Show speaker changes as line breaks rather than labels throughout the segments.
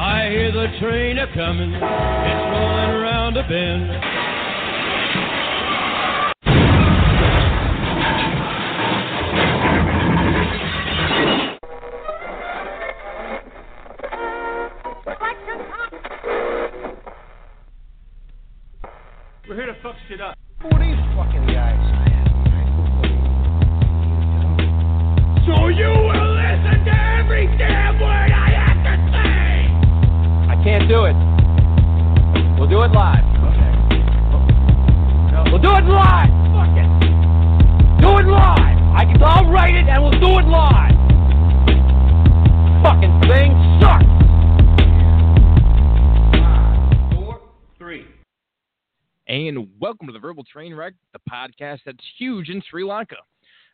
I hear the train a coming, it's rolling around a bend.
We're here to fuck shit up.
So you will listen to every damn word I have to say.
I can't do it. We'll do it live. Okay. We'll do it live. Fuck it. Do it live. I can, I'll write it and we'll do it live. Fucking thing sucks. Five, four, three.
and welcome to the Verbal Train Wreck, the podcast that's huge in Sri Lanka.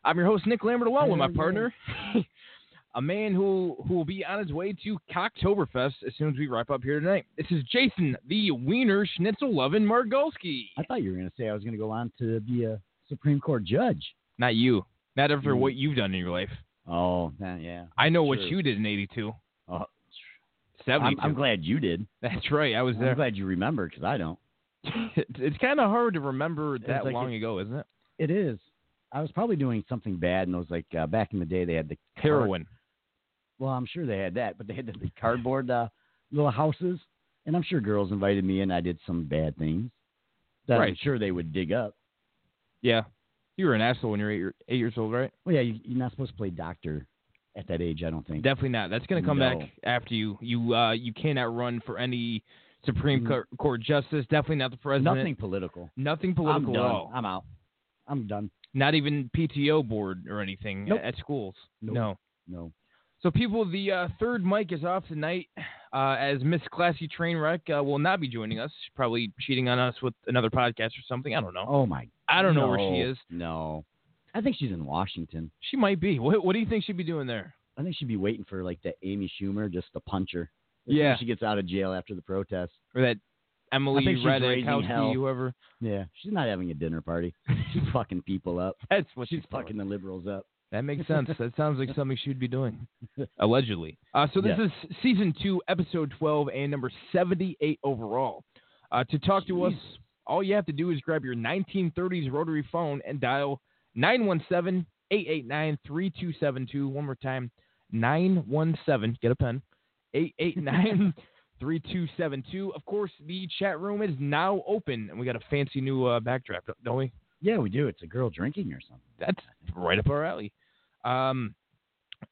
I'm your host Nick Lambert, along with my partner, a man who who will be on his way to Cocktoberfest as soon as we wrap up here tonight. This is Jason, the Wiener Schnitzel loving Margolski.
I thought you were going to say I was going to go on to be a Supreme Court judge.
Not you, not after what you've done in your life.
Oh, eh, yeah.
I know what
True.
you did in '82,
Oh, I'm,
'72.
I'm glad you did.
That's right, I was
I'm
there.
glad you remember because I don't.
it's kind of hard to remember that
like
long ago, isn't it?
It is. I was probably doing something bad, and it was like uh, back in the day they had the card-
Heroin.
Well, I'm sure they had that, but they had the, the cardboard uh, little houses, and I'm sure girls invited me in. I did some bad things that I'm
Right.
sure they would dig up.
Yeah, you were an asshole when you were eight, year- eight years old, right?
Well, yeah, you, you're not supposed to play doctor at that age, I don't think.
Definitely not. That's going to come
No.
back after you. You uh, you cannot run for any Supreme
Mm.
Court- Court justice. Definitely not the president.
Nothing political.
Nothing political
I'm
at
done.
all.
I'm out. I'm done.
Not even PTO board or anything
Nope.
at schools.
Nope.
No.
No.
So people, the uh, third mic is off tonight, uh, as Miss Classy Trainwreck uh, will not be joining us. She's Probably cheating on us with another podcast or something. I don't know.
Oh my
I don't know where
No,
she is.
No. I think she's in Washington.
She might be. What, what do you think she'd be doing there?
I think she'd be waiting for like that Amy Schumer, just to punch her. As soon
Yeah.
as She gets out of jail after the protest.
Or that Emily
think she's raising hell.
Ratajkowski, whoever.
Yeah. She's not having a dinner party. She's fucking people up.
That's what
She's
fucking.
fucking the liberals up.
That makes sense. that sounds like something she'd be doing, allegedly. Uh, so this
Yeah.
is season two, episode twelve, and number seventy-eight overall. Uh, to talk to us, all you have to do is grab your 1930s rotary phone and dial 917-889-3272. One more time, 917. Get a pen. 889 3272. Of course, the chat room is now open, and we got a fancy new uh, backdrop, don't we?
Yeah, we do. It's a girl drinking or something.
That's right up our alley. Um,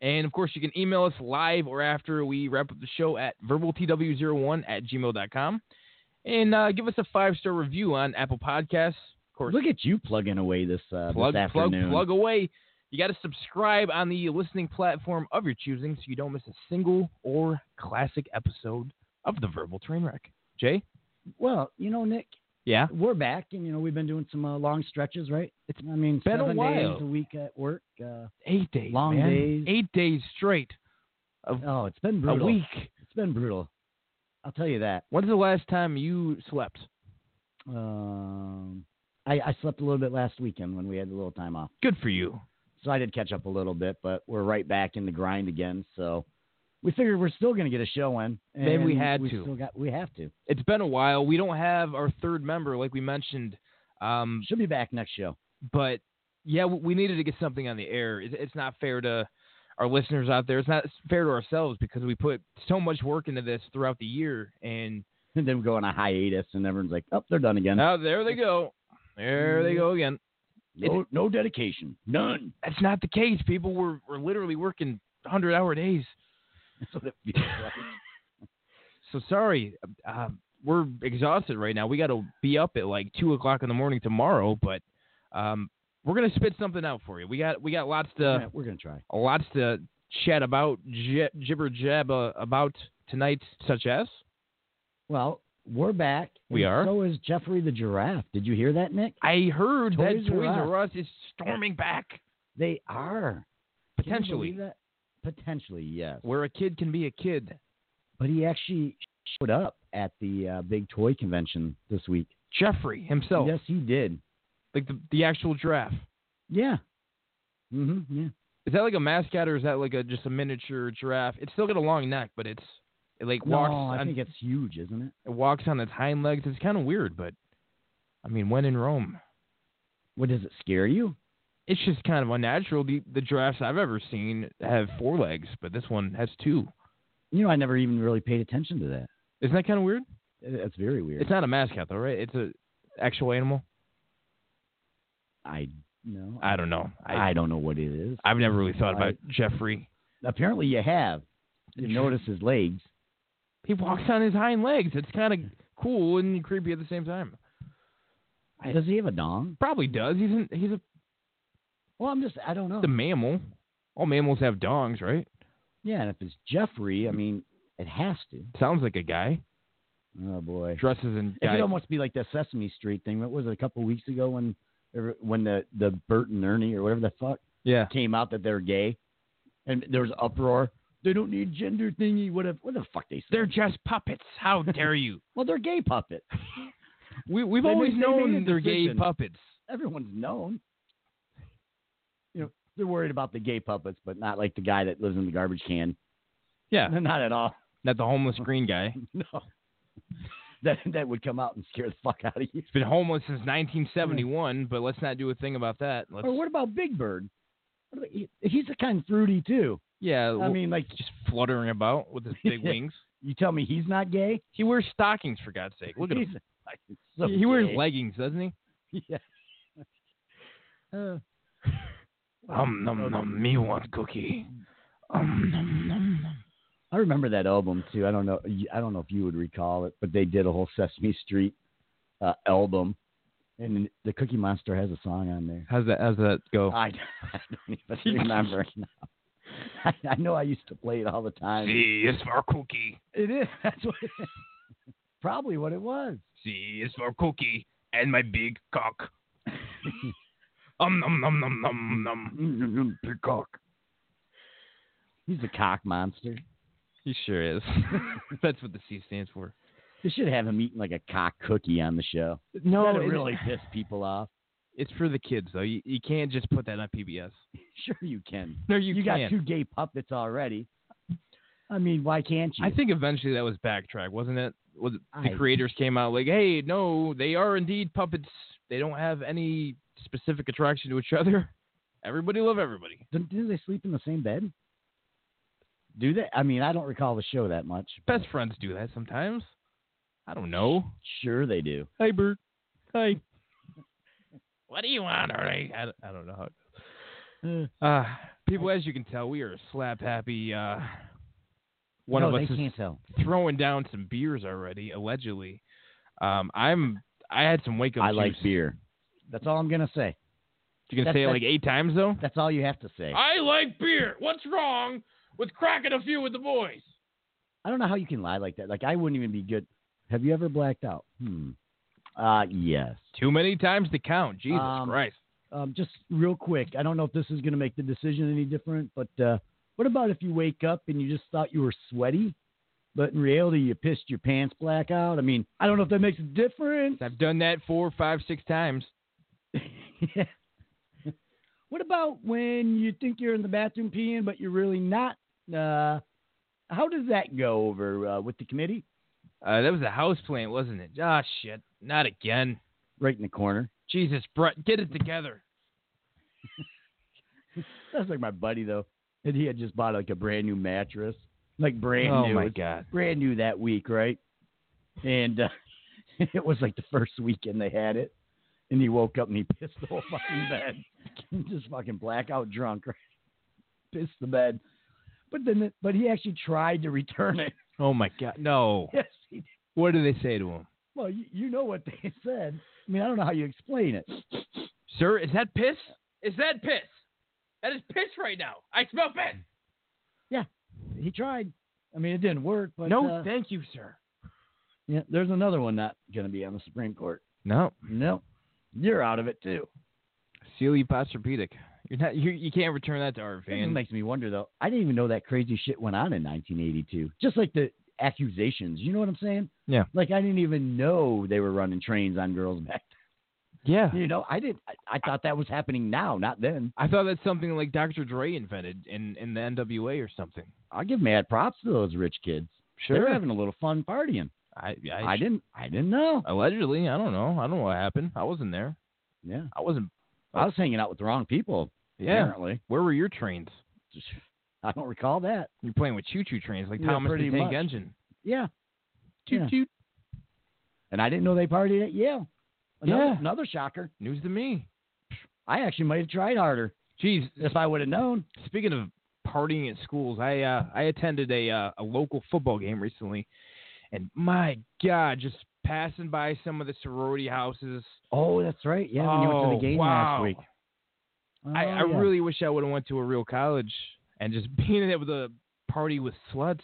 and of course, you can email us live or after we wrap up the show at verbaltw01 at gmail.com. And uh, give us a five star review on Apple Podcasts. Of course,
Look at you plugging away this uh
plug,
this
plug,
afternoon.
plug away. You got to subscribe on the listening platform of your choosing so you don't miss a single or classic episode of the Verbal Trainwreck. Jay?
Well, you know, Nick,
Yeah.
we're back and you know, we've been doing some uh, long stretches, right? It's I mean
been a
seven
while.
days a week at work. Uh,
Eight days.
Long
man.
days.
Eight days straight.
oh, it's been
A
brutal.
week.
It's been brutal. I'll tell you that.
When's the last time you slept?
Um, I, I slept a little bit last weekend when we had a little time off,
Good for you.
so I did catch up a little bit. But we're right back in the grind again, so we figured we're still going to get a show in. And
Maybe we had to.
Still got, we have to.
it's been a while. We don't have our third member, like we mentioned. Um,
Should be back next show.
but yeah, w- we needed to get something on the air. It- It's not fair to our listeners out there. It's not fair to ourselves because we put so much work into this throughout the year. And
And then we go on a hiatus, and everyone's like, "Oh, they're done again."
now there they go. There they go again.
no, no dedication, none.
That's not the case, people. We're, we're literally working 100 hour days.
That's what it feels like.
So sorry. Uh, we're exhausted right now. We got to be up at like two o'clock in the morning tomorrow, but um, we're gonna spit something out for you. We got we got lots to
Yeah, we're gonna try.
lots to chat about, j- jibber jab uh, about tonight, such as
Well, we're back.
We
and
are?
So is Jeffrey the giraffe. Did you hear that, Nick?
I heard
Toys
that
R
Toys
Us.
R Us is storming back
They are Can you believe
potentially,
that? Potentially, yes.
where a kid can be a kid.
But he actually showed up at the uh, big toy convention this week.
Jeffrey himself,
Yes, he did.
like the the actual giraffe.
Yeah. Mhm. Yeah.
Is that like a mascot or is that like a just a miniature giraffe? It's still got a long neck, but it's it like walks
no, I
on,
think it's huge, isn't it?
it walks on its hind legs. It's kind of weird, but I mean, when in Rome,
What does it scare you?
it's just kind of unnatural. The the giraffes I've ever seen have four legs, but this one has two.
You know, I never even really paid attention to that.
Isn't that kind of weird?
It- It's very weird.
It's not a mascot though, right? It's a actual animal.
I no.
I don't know. I,
I don't know what it is.
I've never really thought
I-
about Jeffrey.
Apparently, you have. You
Sure.
notice his legs.
He walks on his hind legs. It's kind of cool and creepy at the same time.
Does he have a dong?
Probably does. He's an, he's a,
Well, I'm just. I don't know.
the mammal. All mammals have dongs, right?
Yeah, and if it's Jeffrey, I mean, it has to.
Sounds like a guy.
Oh boy.
Dresses in
It
guy.
could almost be like the Sesame Street thing. What was it a couple of weeks ago when er, when the the Bert and Ernie or whatever the fuck
yeah.
came out that they're gay, and there was uproar. They don't need gender thingy. What if, what the fuck they said?
They're just puppets. How dare you?
well, they're gay puppet.
We we've
They
always
made- they made
known
a
they're gay
decision.
puppets.
Everyone's known. You know they're worried about the gay puppets, but not like the guy that lives in the garbage can.
Yeah.
not at all.
Not the homeless green guy.
No. That that would come out and scare the fuck out of you.
He's been homeless since 1971, but let's not do a thing about that. Let's,
Or what about Big Bird? What about- he- He's a kind of fruity too.
yeah,
I
w-
mean, like
just fluttering about with his big wings.
you tell me he's not gay.
He wears stockings for God's sake. Look at him.
He's- he's so
he, he wears
gay.
leggings, doesn't he?
Yeah. Uh,
Um, num num, me one cookie. Um, num num num.
I remember that album too. I don't know. I don't know if you would recall it, but they did a whole Sesame Street uh, album, and the Cookie Monster has a song on there.
How's that? How's that go?
I, I don't even remember. now. I, I know I used to play it all the time.
C is for cookie.
It is. That's what. probably what it was.
C is for cookie and my big cock. um, num num num num num.
Mm-hmm, Big cock. He's a cock monster.
He sure is. That's what the C stands for.
They should have him eating like a cock cookie on the show.
No,
That'd
it-
really piss people off.
It's for the kids though. You, you can't just put that on PBS.
Sure, you can.
No, you,
got
can't.
two gay puppets already. I mean, why can't you?
I think eventually that was backtrack, wasn't it? Was it the
I-
creators came out like, "Hey, no, they are indeed puppets. They don't have any specific attraction to each other. Everybody love everybody."
Don't- do they sleep in the same bed? Do they? I mean, I don't recall the show that much. but
Best friends do that sometimes. I don't know.
Sure, they do.
Hi, Bert. Hi. what do you want, Ernie? I, don't- I don't know.
Uh,
How, uh, people, as you can tell, we are slap happy. Uh, one
no,
of us
they
is
can't tell.
throwing down some beers already, allegedly. Um, I'm. I had some wake up.
I like beer. That's all I'm gonna say.
You can
That's-
say it
that's-
like eight times though.
That's all you have to say.
I like beer. What's wrong with cracking a few with the boys?
I don't know how you can lie like that. Like I wouldn't even be good. Have you ever blacked out? Hmm. Uh yes.
Too many times to count. Jesus
Um,
Christ.
Um, just real quick, I don't know if this is going to make the decision any different, but uh, what about if you wake up and you just thought you were sweaty, but in reality you pissed your pants black out? I mean, I don't know if that makes a difference.
I've done that four, five, six times.
Yeah. what about when you think you're in the bathroom peeing, but you're really not? Uh, how does that go over uh, with the committee?
Uh, that was a house plant, wasn't it? Ah, shit. Not again.
Right in the corner.
Jesus, Brett, get it together.
That's like my buddy though, and he had just bought like a brand new mattress, like brand
oh
new.
my
It's
God.
brand new that week, right? And uh, it was like the first weekend they had it, and he woke up and he pissed the whole fucking bed, just fucking blackout drunk, right? pissed the bed. But then, it, but he actually tried to return it.
Oh my God. No.
Yes, he did.
What do they say to him?
Well, you, you know what they said. I mean, I don't know how you explain it.
Sir, is that piss? Is that piss? That is piss right now. I smell piss.
He tried. I mean, it didn't work. But
no,
uh,
thank you, sir.
Yeah, there's another one not going to be on the Supreme Court.
No,
No, you're out of it too.
Celia Posturpedic. You're not. You, you can't return that to our
It
fan.
makes me wonder though. I didn't even know that crazy shit went on in 1982. Just like the accusations. You know what I'm saying?
Yeah.
Like I didn't even know they were running trains on girls back.
Yeah.
Then. You know, I did. I, I thought that was happening now, not then.
I thought that's something like Dr. Dre invented in, in the NWA or something.
I give mad props to those rich kids. They're having a little fun partying.
I, Uh,
I didn't. I didn't know.
Allegedly, I don't know. I don't know what happened. I wasn't there.
Yeah.
I wasn't.
I was hanging out with the wrong people.
uh, Yeah.
Apparently,
Where were your trains?
I don't recall that.
You're playing with choo-choo trains like
Yeah,
Thomas the
pretty
Tank
much.
Engine.
Yeah. Yeah.
Choo-choo.
And I didn't know they partied at Yale. Another,
Yeah.
Another shocker.
News to me.
I actually might have tried harder
Geez,
if I would have known.
Speaking of partying at schools, I uh, I attended a uh, a local football game recently, and my God, just passing by some of the sorority houses.
Oh, that's right. Yeah, when you went
Oh,
to the game
wow.
last week.
I,
Oh,
I
yeah.
really wish I would have went to a real college and just being able to party with sluts.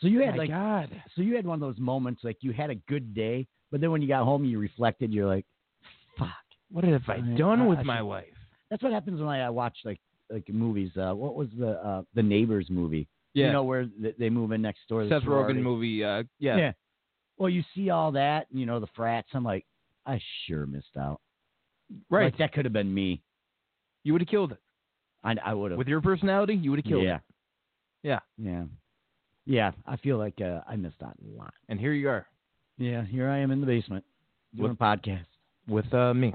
So you had
my
like
God,
so you had one of those moments like you had a good day, but then when you got home, you reflected. You're like, fuck.
what have I
I-
done
I-
with
I
my
should-
life?
That's what happens when I, I watch like like movies. Uh, what was the uh, the Neighbors movie?
Yeah,
You know where th- they move in next door. to the
Seth
sorority.
Rogen movie. Uh, yeah.
Yeah. Well, you see all that, you know, the frats. I'm like, I sure missed out.
right.
Like, that could have been me.
you would have killed it
I, I would have.
with your personality. You would have killed
yeah.
it, Yeah.
Yeah. Yeah. I feel like uh, I missed out a lot.
and here you are
Yeah. Here I am in the basement doing a podcast.
with uh, me.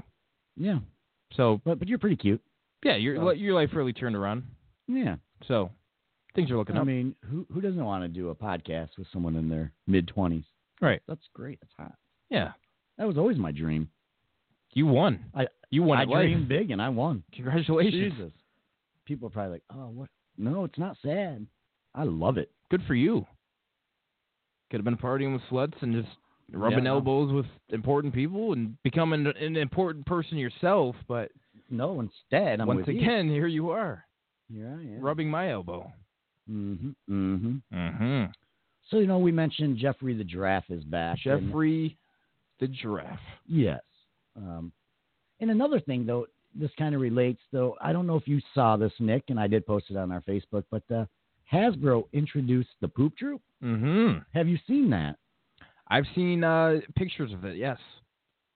Yeah.
So
But but you're pretty cute.
yeah, your
Oh.
your life really turned around.
Yeah.
So things are looking
I
up.
mean, who who doesn't want to do a podcast with someone in their mid twenties?
Right.
That's great. That's hot.
Yeah.
That was always my dream.
You won.
I-
you won
I
at life.
dreamed big and I won.
Congratulations.
Jesus. People are probably like, oh, what? No, it's not sad. I love it.
Good for you. Could have been partying with sluts and just rubbing
no.
elbows with important people and becoming an important person yourself. But
No, instead, I'm
once
with you.
again, here you are
Here I am.
rubbing my elbow.
hmm hmm
Mm-hmm.
So you know, we mentioned Jeffrey the Giraffe is back. and-
Jeffrey, the giraffe.
yes. Um, and another thing, though, this kind of relates. Though I don't know if you saw this, Nick, and I did post it on our Facebook, but uh, Hasbro introduced the Poop Troop.
Mm-hmm.
Have you seen that?
I've seen uh, pictures of it. Yes.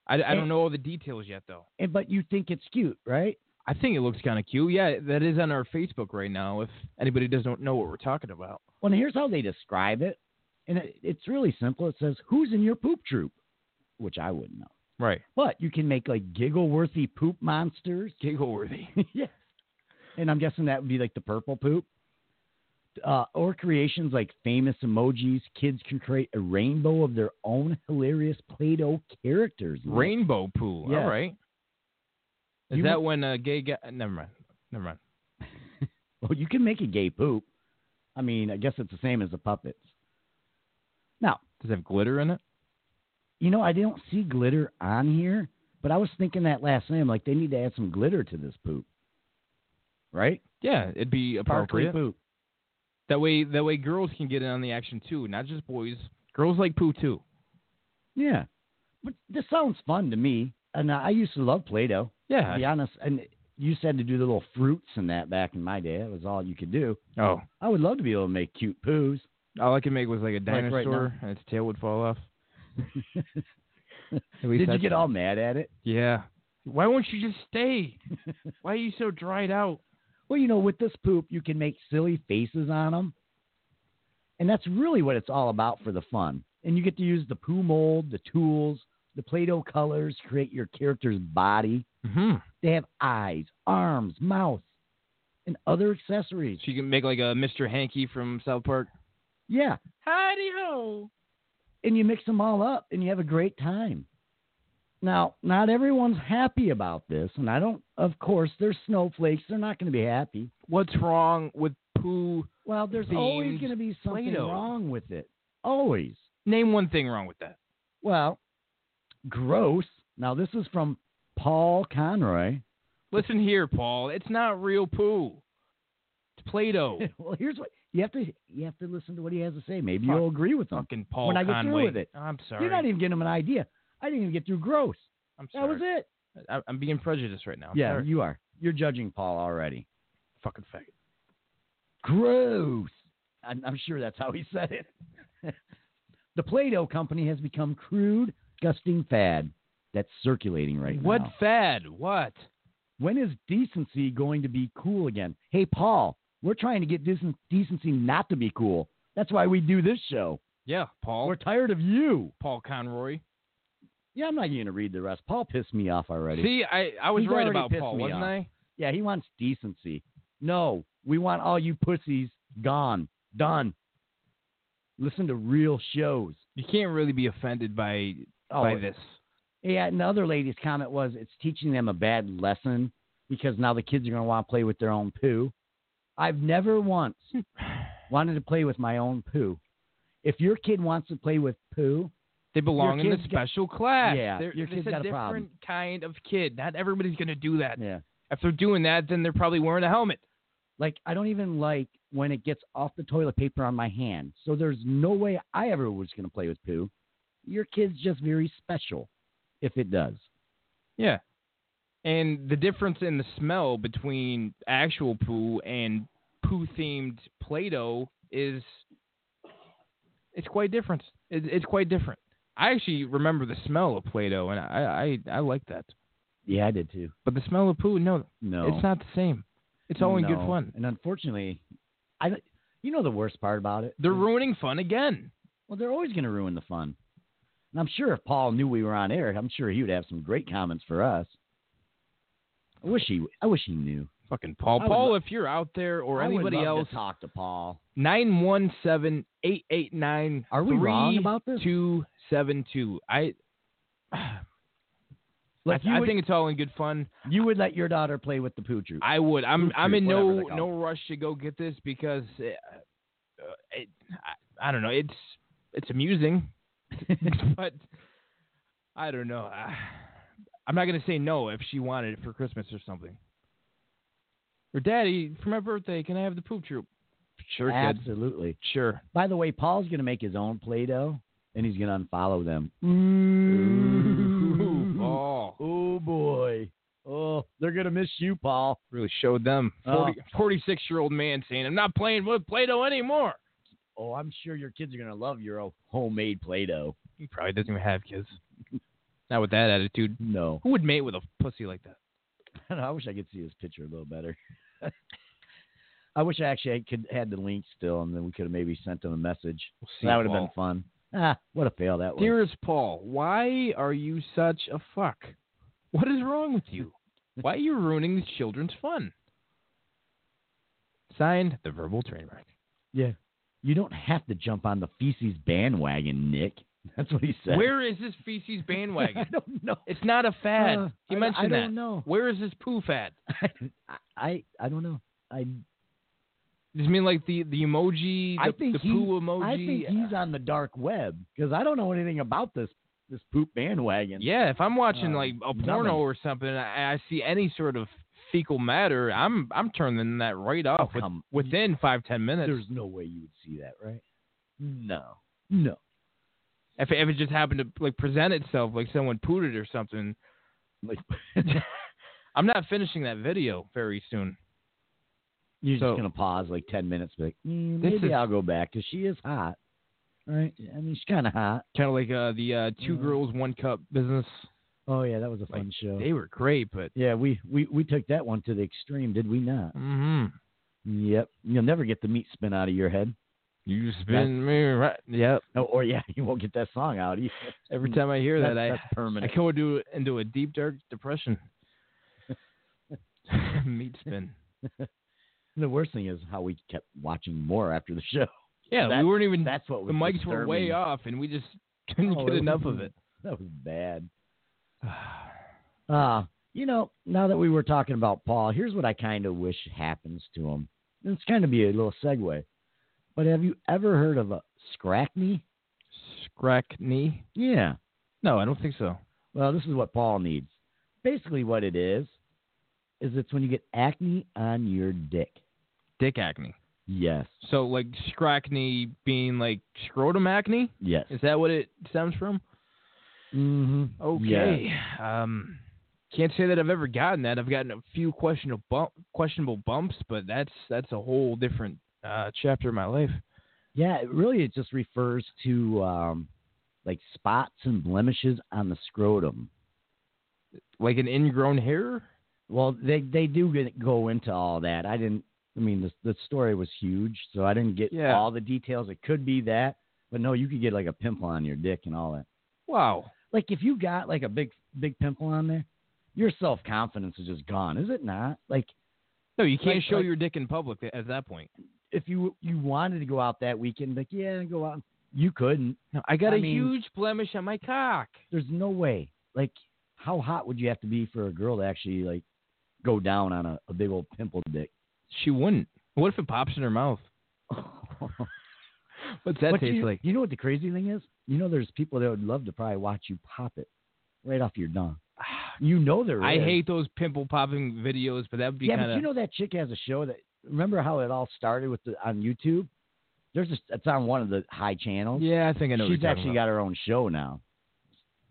I, I don't know all the details yet, though.
And, but you think it's cute, right?
I think it looks kind of cute. Yeah, that is on our Facebook right now. If anybody doesn't know what we're talking about,
Well, here's how they describe it, and it, it's really simple. It says, "Who's in your poop troop?" Which I wouldn't know.
right?
But you can make like giggle-worthy poop monsters.
Giggle worthy.
yes. And I'm guessing that would be like the purple poop. Uh, or creations like famous emojis. Kids can create a rainbow of their own hilarious Play Doh characters. Nick.
Rainbow pool.
Mm-hmm. Yes.
All right. Is
You-
that when a gay guy? Never mind. Never mind.
Well, you can make a gay poop. I mean, I guess it's the same as the puppets. Now,
Does it have glitter in it?
you know, I don't see glitter on here, but I was thinking that last name, like they need to add some glitter to this poop. Right?
Yeah, it'd be
Sparkly
appropriate.
poop.
That way, that way, girls can get in on the action too, not just boys. Girls like poo too.
Yeah. But this sounds fun to me. And I I used to love Play Doh.
Yeah.
to be honest, and you said to do the little fruits and that back in my day. That was all you could do.
Oh,
I would love to be able to make cute poos.
all I could make was like a
Like right now.
dinosaur, and its tail would fall off. At least
Did you
that's-
get all mad at it?
Yeah. Why won't you just stay? Why are you so dried out?
Well, you know, with this poop, you can make silly faces on them. And that's really what it's all about for the fun. And you get to use the poo mold, the tools, the Play Doh colors, create your character's body.
Mm-hmm.
They have eyes, arms, mouth, and other accessories.
So you can make like a Mr. Hanky from South Park.
Yeah.
Howdy ho.
and you mix them all up and you have a great time. Now, not everyone's happy about this, and I don't, of course, there's snowflakes. They're not going to be happy.
What's wrong with poo?
Well, there's always
Themed
going to be something
Play-Doh.
wrong with it. Always.
Name one thing wrong with that.
Well, gross. Now, this is from Paul Conroy.
Listen here, Paul. It's not real poo. It's Play-Doh.
well, here's what You have to you have to listen to what he has to say. Maybe you'll agree with him.
Fucking Paul
When I get through
Conway.
with it.
I'm sorry.
You're not even getting him an idea. I didn't even get through gross.
I'm
That
sorry.
was it.
I, I'm being prejudiced right now. I'm
yeah,
sorry.
you are. You're judging Paul already.
fucking faggot.
Gross. I'm, I'm sure that's how he said it. the Play-Doh company has become crude, gusting fad that's circulating right
what
now.
fad? What?
When is decency going to be cool again? Hey, Paul, we're trying to get decen- decency not to be cool. That's why we do this show.
Yeah, Paul.
We're tired of you.
Paul Conroy.
Yeah, I'm not going to read the rest. Paul pissed me off already.
See, I, I was
He's
right
already
about
pissed
Paul,
me
wasn't
off.
I?
Yeah, he wants decency. No, we want all you pussies gone, done. Listen to real shows.
You can't really be offended by
Oh,
by this.
Yeah, and the other lady's comment was it's teaching them a bad lesson because now the kids are going to want to play with their own poo. I've never once wanted to play with my own poo. If your kid wants to play with poo,
They belong in the
kid's got-
special class.
Yeah,
They're-
your
it's
kid's
a
got a
different
problem.
kind of kid. Not everybody's gonna do that.
yeah.
If they're doing that, then they're probably wearing a helmet.
Like I don't even like when it gets off the toilet paper on my hand. So there's no way I ever was going to play with poo. Your kid's just very special if it does.
Yeah. And the difference in the smell between actual poo and poo themed Play Doh is it's quite different. It, it's quite different. I actually remember the smell of Play Doh, and I, I, I like that.
Yeah, I did too.
But the smell of poo, no,
No.
it's not the same. It's all in good
No.
fun.
And unfortunately, I you know the worst part about it.
They're ruining fun again.
well, they're always going to ruin the fun. And I'm sure if Paul knew we were on air, I'm sure he would have some great comments for us. I wish he I wish he knew.
Fucking Paul.
I would
Paul,
lo-
if you're out there or
I would
anybody
love
else,
to talk to Paul.
917 889
Are we wrong about this?
Two seven two. I.
Like
I,
you
I
would,
think it's all in good fun.
you would let your daughter play with the poo troop.
I would. I'm.
Food
I'm in
troop,
no
whatever they call
no rush to go get this because it, uh, it I, I don't know. It's it's amusing, but I don't know. I, I'm not gonna say no if she wanted it for Christmas or something. Or Daddy, for my birthday, can I have the poop troop? Sure, kid.
Absolutely.
Sure.
By the way, Paul's going to make his own Play-Doh, and he's going to unfollow them. Mm-hmm.
Ooh, Paul.
Oh boy. Oh, they're going to miss you, Paul.
really showed them.
Oh.
46 year old man saying, I'm not playing with Play Doh anymore.
Oh, I'm sure your kids are going to love your oh- homemade Play-Doh.
He probably doesn't even have kids. not with that attitude.
No.
Who would mate with a pussy like that?
I wish I could see his picture a little better. I wish I actually had- could had the link still, and then we could have maybe sent him a message. that would have been fun. Ah, what a fail that was.
Dearest Paul, why are you such a fuck? What is wrong with you? why are you ruining the children's fun? Signed, The Verbal Train Wreck.
you don't have to jump on the feces bandwagon, Nick. That's what he said.
Where is this feces bandwagon?
I don't know.
it's not a fad.
Uh,
he
I-
mentioned
I
that.
don't know.
Where is this poo fad?
I, I I don't know. I
You mean like the, the emoji, the,
I think
the
he-
poo emoji? uh,
I think he's on the dark web because I don't know anything about this this poop bandwagon.
Yeah, if I'm watching
Uh,
like a
nothing.
porno or something, I, I see any sort of fecal matter, I'm I'm turning that right
Oh,
off with,
come-
within five ten minutes.
There's no way you would see that, right? No, no.
If if it just happened to like present itself, like someone pooted or something,
Like
I'm not finishing that video very soon.
you're
So-
just gonna pause like ten minutes, be like "Mm,
This
maybe
is-
I'll go back because she is hot. Right? I mean, she's kind of hot.
Kind of like uh, the uh, two
Yeah.
girls one cup business.
Oh yeah, that was a
Like,
fun show.
They were great, but
yeah, we, we we took that one to the extreme, did we not?
hmm
Yep. You'll never get the meat spin out of your head.
you spin me right. Yep.
Oh, or yeah, you won't get that song out. either.
Every time I hear
That's-
that, I
that's
I
permanent.
go into into a deep dark depression. Meat spin.
The worst thing is how we kept watching more after the show.
Yeah,
That-
we weren't even.
That's what was
the mics were way
disturbing.
off, and we just couldn't
Oh,
get
it
enough
was-
of it.
That was bad. Uh, you know, now that we were talking about Paul, here's what I kind of wish happens to him. And It's kind of be a little segue. But have you ever heard of a scrackney?
Scrackney?
Yeah.
No, I don't think so.
Well, this is what Paul needs. Basically, what it is, is it's when you get acne on your dick.
Dick acne.
Yes.
So like scracny being like scrotum acne?
Yes.
Is that what it stems from?
Mm-hmm.
Okay. Um can't say that I've ever gotten that. I've gotten a few questionable bump, questionable bumps, but that's that's a whole different uh, chapter of my life.
Yeah, it really it just refers to um, like spots and blemishes on the scrotum.
Like an ingrown hair?
Well, they they do get, go into all that. I didn't. I mean, the the story was huge, so I didn't get
Yeah.
all the details. It could be that, but no, you could get like a pimple on your dick and all that.
Wow.
Like if you got like a big big pimple on there, your self confidence is just gone, is it not? Like
No, you can't
Like-
show
like-
your dick in public at that point.
if you you wanted to go out that weekend, like yeah, go out, you couldn't.
No, I got
I
a
mean-
huge blemish on my cock.
There's no way. Like how hot would you have to be for a girl to actually like go down on a, a big old pimple dick?
She wouldn't. What if it pops in her mouth? What's that
But
taste
you,
like?
You know what the crazy thing is? You know, there's people that would love to probably watch you pop it right off your dong. You know there is.
I hate those pimple popping videos, but that would be
Yeah,
kind
but
of
you know that chick has a show that. Remember how it all started with the on YouTube? There's just it's on one of the high channels.
Oh. Yeah, I think I know.
she's actually got her own show now,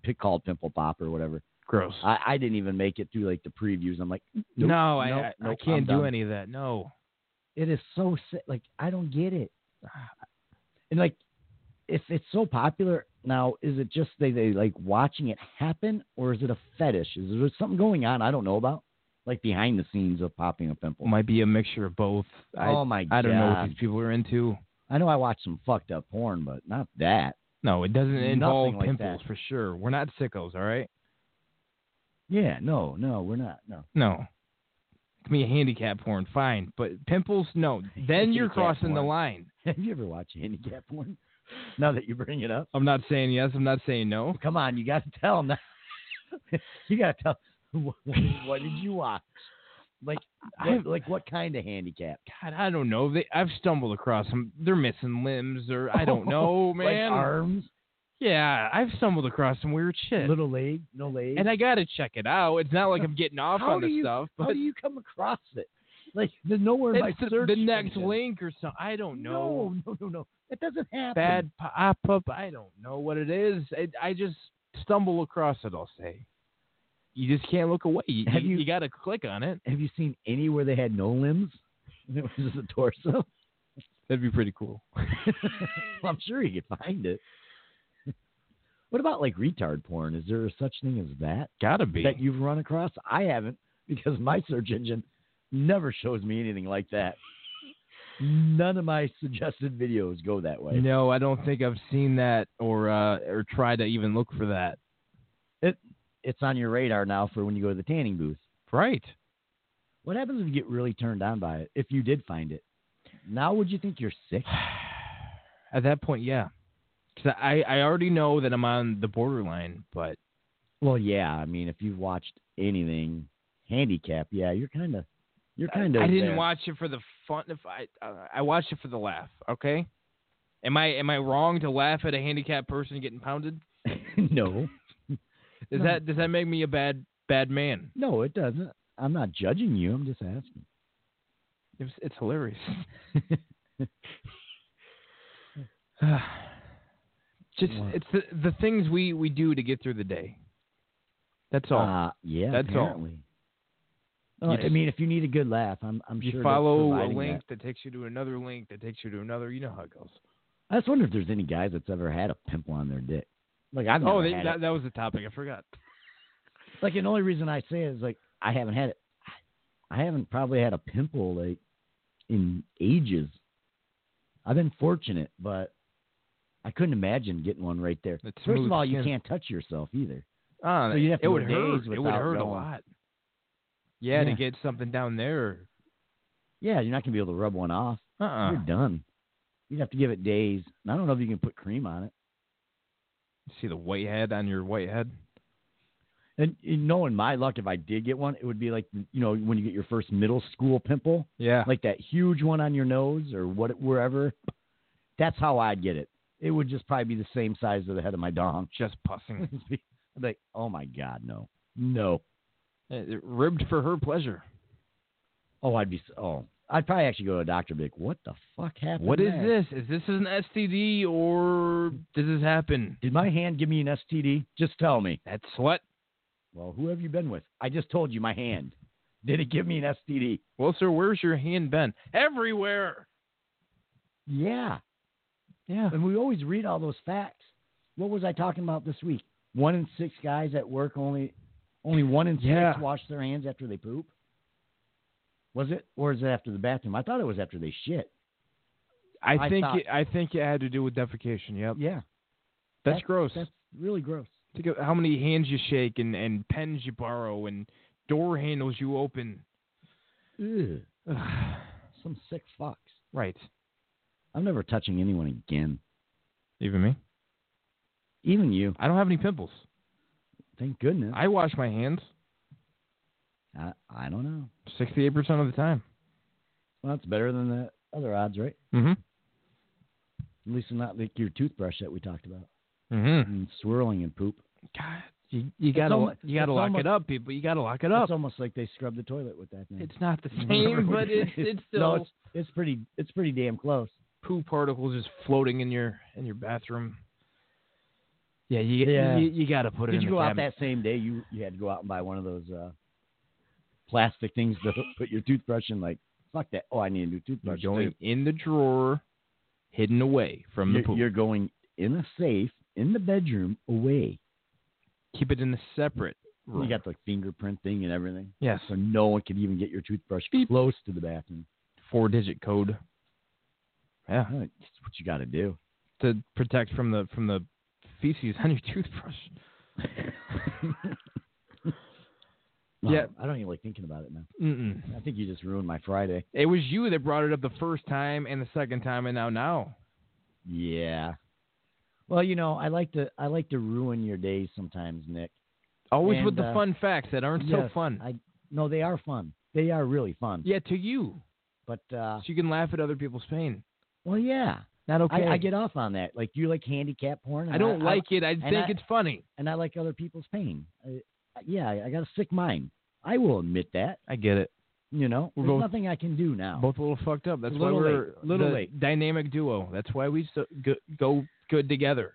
Pick called Pimple Pop or whatever.
gross.
I, I didn't even make it through like the previews. I'm like,
no,
nope,
I,
nope,
I,
nope,
I can't
I'm
do
done.
any of that. No,
It is so sick. Like I don't get it. And like, if it's so popular now, is it just they they like watching it happen, or is it a fetish? Is there something going on I don't know about, like behind the scenes of popping a pimple?
might be a mixture of both. I,
oh my
I don't know what
God.
these people are into.
I know I watched some fucked up porn, but not that.
No, it doesn't
Nothing
involve
like
pimples
that.
for sure. We're not sickos, all right?
Yeah, no, no, we're not. No,
No. Give me a handicap porn, fine, but pimples, no. Then you're
Handicap
crossing the
porn.
line.
have you ever watched handicap porn? Now that you bring it up,
I'm not saying yes. I'm not saying no.
come on, you got to tell now. you got to tell. What, what did you watch? Like, what, like what kind of handicap?
God, I don't know. They, I've stumbled across them. They're missing limbs, or I don't know,
Like
man.
arms,
yeah, I've stumbled across some weird shit.
little leg, no leg.
and I gotta check it out. It's not like I'm getting off
How
on
do
this
you-
stuff,
how
but
do you come across it? Like there's nowhere in my
it's the,
search
the next
engine.
link or something. I don't know.
No, no, no, no. That doesn't happen.
Bad pop up. I don't know what it is. I, I just stumble across it. I'll say. You just can't look away. You,
Have
you,
you-
you gotta click on it.
Have you seen any where they had no limbs? It was just a torso.
That'd be pretty cool.
Well, I'm sure you could find it. What about like retard porn? Is there such thing as that
Gotta be.
that you've run across? I haven't because my search engine never shows me anything like that. None of my suggested videos go that way.
No, I don't think I've seen that or uh, or tried to even look for that.
it's on your radar now for when you go to the tanning booth.
Right.
What happens if you get really turned on by it? If you did find it, now would you think you're sick?
At that point, yeah. Because I, I already know that I'm on the borderline, but
Well, yeah. I mean, if you've watched anything handicap, yeah, you're kind of, you're
I-
kind of.
I didn't watch it for the fun. If I uh, I watched it for the laugh. Okay. Am I am I wrong to laugh at a handicapped person getting pounded?
no,
Does
No.
that does that make me a bad bad man?
no, it doesn't. I'm not judging you. I'm just asking.
It's, it's hilarious. Just
Wow.
it's the, the things we we do to get through the day. That's all.
uh, yeah,
that's all.
apparently. Well,
You
I
just-
mean, if you need a good laugh, I'm, I'm
you
sure. that
follow a
providing
link that. takes you to another link that takes you to another. You know how it goes.
That, I just wonder if there's any guys that's ever had a pimple on their dick. Like I've never
oh, they,
had it.
that, that was the topic. I forgot.
Like the only reason I say it is like I haven't had it. I haven't probably had a pimple like in ages. I've been fortunate, but I couldn't imagine getting one right there.
It's
First
smooth
of all, you
skin.
can't touch yourself either.
Ah,
So you'd have to
it
go
would hurt.
days
It would
without
hurt a
going.
lot. Yeah, to
Yeah.
get something down there.
Yeah, you're not gonna be able to rub one off.
Uh uh
You're done. You'd have to give it days. And I don't know if you can put cream on it.
See the white head on your white head.
And you knowing my luck, if I did get one, it would be like you know when you get your first middle school pimple.
Yeah.
like that huge one on your nose or what wherever. That's how I'd get it. It would just probably be the same size as the head of my dong.
just pussing.
I'd be like, oh my god, no, no. Eh,
Uh, ribbed for her pleasure.
Oh, I'd be s- oh, I'd probably actually go to a doctor and be like, what the fuck happened?
What is
there?
this? Is this an STD or does this happen?
Did my hand give me an STD? Just tell me.
That's what.
Well, who have you been with? I just told you my hand. Did it give me an STD?
Well, sir, where's your hand been? Everywhere.
Yeah.
Yeah.
And we always read all those facts. What was I talking about this week? One in six guys at work only only one in six
Yeah.
wash their hands after they poop. Was it or is it after the bathroom? I thought it was after they shit.
I,
I
think
thought-
it, I think it had to do with defecation. Yep.
Yeah.
That's,
that-
gross.
That's really gross.
Think of how many hands you shake and, and pens you borrow and door handles you open.
Ugh.
Ugh.
Some sick fucks.
right.
I'm never touching anyone again.
Even me.
Even you.
I don't have any pimples.
Thank goodness.
I wash my hands
I, I don't know.
68% of the time.
Well, that's better than the other odds, right?
Mm-hmm.
At least not like your toothbrush that we talked about
Mm-hmm.
and swirling and poop.
God, you, you
It's
gotta
almo-
you gotta
it's
lock
almo-
it up, people. You gotta lock it up.
It's almost like they scrub the toilet with that thing.
It's not the same, but it's it's still
no, it's, it's pretty it's pretty damn close.
poo particles just floating in your in your bathroom. Yeah, you
Yeah.
you, you gotta put it.
Did
in
you
the
go out
cabinet.
that same day? You you had to go out and buy one of those uh, plastic things to put your toothbrush in. Like fuck that. Oh, I need a new
You're
toothbrush.
going in the drawer, hidden away from the
you're,
poop.
you're going in a safe in the bedroom away.
Keep it in a separate room.
You got the fingerprint thing and everything,
yes,
so no one could even get your toothbrush close to the bathroom.
four digit code. Yeah,
Huh, That's what you got to do.
to protect from the from the feces on your toothbrush.
Wow,
Yeah.
I don't even like thinking about it now.
Mm-mm.
I think you just ruined my Friday.
It was you that brought it up the first time and the second time, and now now.
Yeah. Well, you know, I like to I like to ruin your days sometimes, Nick.
Always with
And,
the
uh,
fun facts that aren't so
yes,
fun.
I no, they are fun. They are really fun.
yeah, to you,
But uh
so you can laugh at other people's pain.
well, yeah.
Not okay.
I, I get off on that. Like you like handicap porn. And
I don't like it. I think
I-
it's funny.
and I like other people's pain. I, yeah, I got a sick mind. I will admit that.
I get it.
You know,
We're
there's
both-
nothing I can do now.
Both a little fucked up. That's why
Little
we're
late. Little
the
late.
dynamic duo. That's why we so, go, go good together.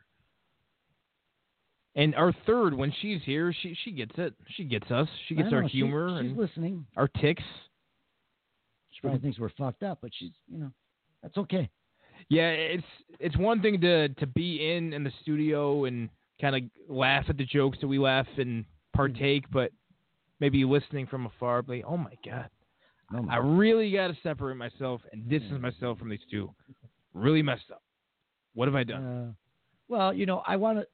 And our third, when she's here, she she gets it. She gets us. She
I
gets
don't
our
know, she-
humor
she's
and
listening.
our ticks.
She probably thinks we're fucked up, but she's you know, that's okay.
Yeah, it's it's one thing to to be in in the studio and kind of laugh at the jokes that we laugh and partake, but maybe listening from afar, be like, oh my god,
Oh, my
I really got to separate myself and
Mm.
distance myself from these two. Really messed up. What have I done?
Uh, well, you know, I want to,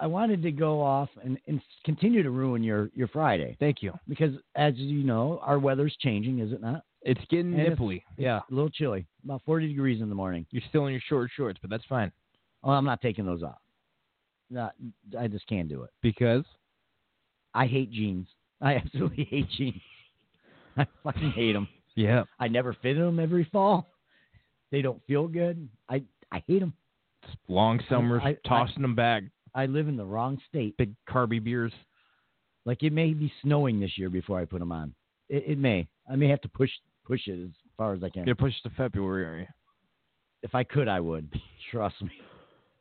I wanted to go off and, and continue to ruin your your Friday
Thank you.
because, as you know, our weather's changing, is it not?
It's getting
And it's-
nipply. Yeah,
A little chilly, about forty degrees in the morning.
you're still in your short shorts, but that's fine
Oh, I'm not taking those off. Not, I just can't do it.
because
I hate jeans. I absolutely hate jeans. I fucking hate them.
yeah,
I never fit in them every fall. They don't feel good. I I hate them.
it's long summers
I- I-
tossing them back,
I live in the wrong state.
big carby beers.
Like it may be snowing this year before I put them on. It, it may. I may have to push push it as far as I can.
You're pushed to February. Are you?
If I could, I would. Trust me,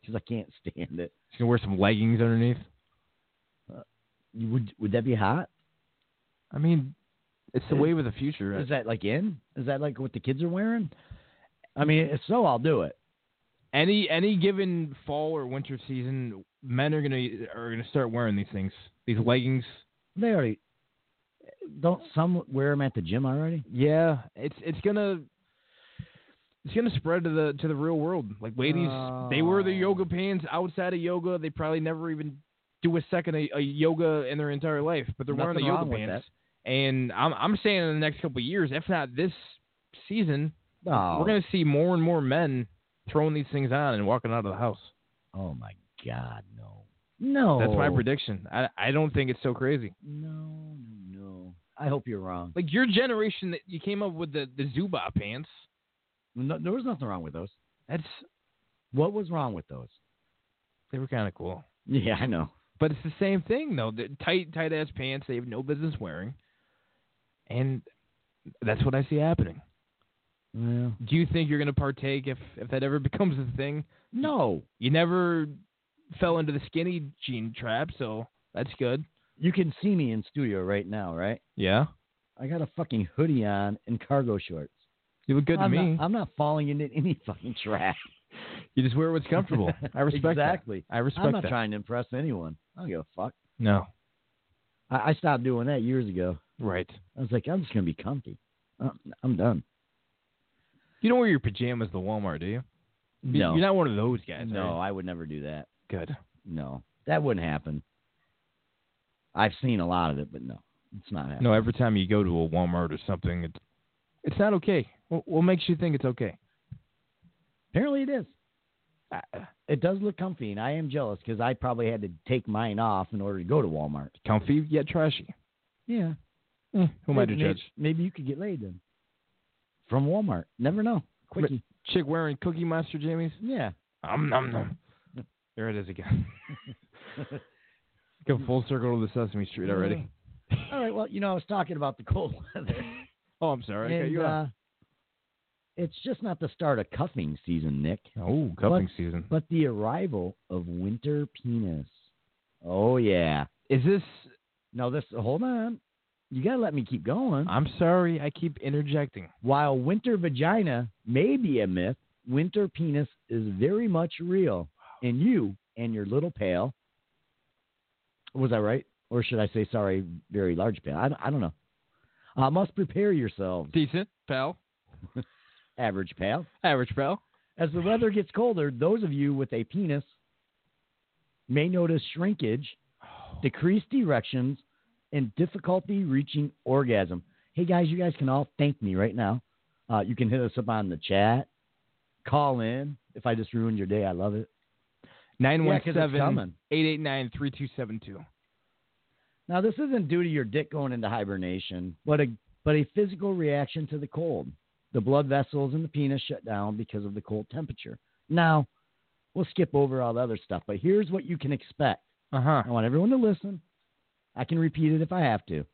because I can't stand it.
Just gonna wear some leggings underneath.
You- Would would that be hot?
I mean, it's the
Is-
wave of the future.
Is that like in? Is that like what the kids are wearing? I mean, if so, I'll do it.
any any given fall or winter season, men are gonna are gonna start wearing these things, these leggings.
They already don't. Some wear them at the gym already.
Yeah, it's it's gonna it's gonna spread to the to the real world. Like ladies, they wear their yoga pants outside of yoga. They probably never even do a second of, of yoga in their entire life, but they're wearing the
Nothing
yoga
wrong with
pants. And I'm I'm saying in the next couple of years, if not this season,
Oh,
we're gonna see more and more men throwing these things on and walking out of the house.
oh my God, no, no.
That's my prediction. I I don't think it's so crazy.
No, no, no. I hope you're wrong.
Like your generation that you came up with the the Zuba pants.
No, there was nothing wrong with those.
That's
What was wrong with those?
they were kind of cool.
Yeah, I know.
But it's the same thing though. The tight tight ass pants they have no business wearing. And that's what I see happening.
Yeah.
Do you think you're going to partake if if that ever becomes a thing?
No,
You never fell into the skinny jean trap, so that's good.
you can see me in studio right now, right?
Yeah,
I got a fucking hoodie on and cargo shorts.
you look good
I'm
to me.
Not, I'm not falling into any fucking trap.
you just wear what's comfortable. I respect
exactly.
that. I respect
I'm not
that.
trying to impress anyone. I don't give a fuck.
No,
I, I stopped doing that years ago.
right.
I was like, I'm just gonna be comfy. I'm, I'm done.
You don't wear your pajamas to Walmart, do you? You-
No,
You're not one of those guys.
no,
Right?
I would never do that.
Good.
No, that wouldn't happen. I've seen a lot of it, but no, it's not happening.
No, every time you go to a Walmart or something, it's it's not okay. What, what makes you think it's okay?
Apparently, it is. I, it does look comfy, and I am jealous because I probably had to take mine off in order to go to Walmart.
Comfy yet trashy.
Yeah.
Eh, who am I to
Maybe- maybe-
judge?
Maybe you could get laid then. From Walmart. Never know. Quickie.
Chick wearing Cookie Monster jammies.
Yeah.
Um, nom nom. There it is again. Go full circle to the Sesame Street already.
All right. Well, you know, I was talking about the cold weather.
Oh, I'm sorry. Okay,
and,
you're on.
uh, it's just not the start of cuffing season, Nick,
Oh, cuffing season.
but the arrival of winter penis. Oh, yeah.
Is this?
Now, this, hold on. You got to let me keep going.
I'm sorry. I keep interjecting.
While winter vagina may be a myth, winter penis is very much real. And you and your little pail, was I right? Or should I say, sorry, very large pail? I, don't- I don't know. Uh, must prepare yourselves,
Decent pal.
average pail.
Average pal.
As the weather gets colder, those of you with a penis may notice shrinkage, decreased erections, and difficulty reaching orgasm. Hey guys, you guys can all thank me right now. Uh, you can hit us up on the chat, call in. If I just ruined your day, I love it.
Nine
Yeah,
one
'cause it's
seven
coming.
eight eight nine three two seven two.
Now this isn't due to your dick going into hibernation, but a but a physical reaction to the cold. The blood vessels in the penis shut down because of the cold temperature. Now, we'll skip over all the other stuff, but here's what you can expect.
Uh huh.
I want everyone to listen. I can repeat it if I have to.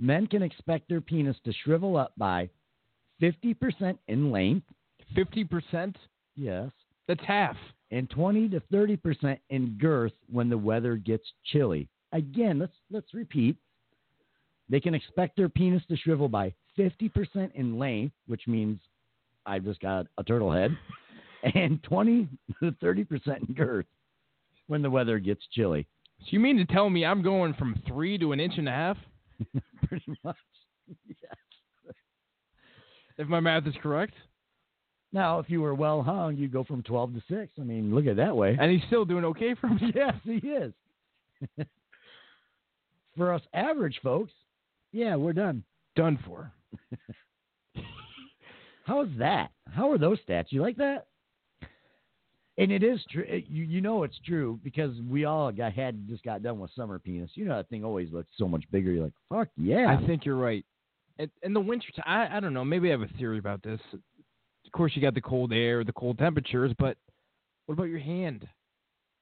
Men can expect their penis to shrivel up by 50% in length,
Fifty percent.
yes,
That's half.
and 20 to 30% in girth when the weather gets chilly. Again, let's let's repeat. They can expect their penis to shrivel by 50% in length, which means I've just got a turtle head, and 20 to 30% in girth when the weather gets chilly.
So you mean to tell me I'm going from three to an inch and a half?
Pretty much.
If my math is correct.
Now, if you were well hung, you go from 12 to 6. I mean, look at it that way.
And he's still doing okay for me.
yes, he is. For us average folks, yeah, we're done.
Done for.
How's that? How are those stats? You like that? And it is true. You you know it's true because we all got had just got done with summer penis. You know that thing always looks so much bigger. You're like, fuck yeah.
I think you're right. In, in the winter, ti- I, I don't know. Maybe I have a theory about this. Of course, you got the cold air, the cold temperatures, but what about your hand?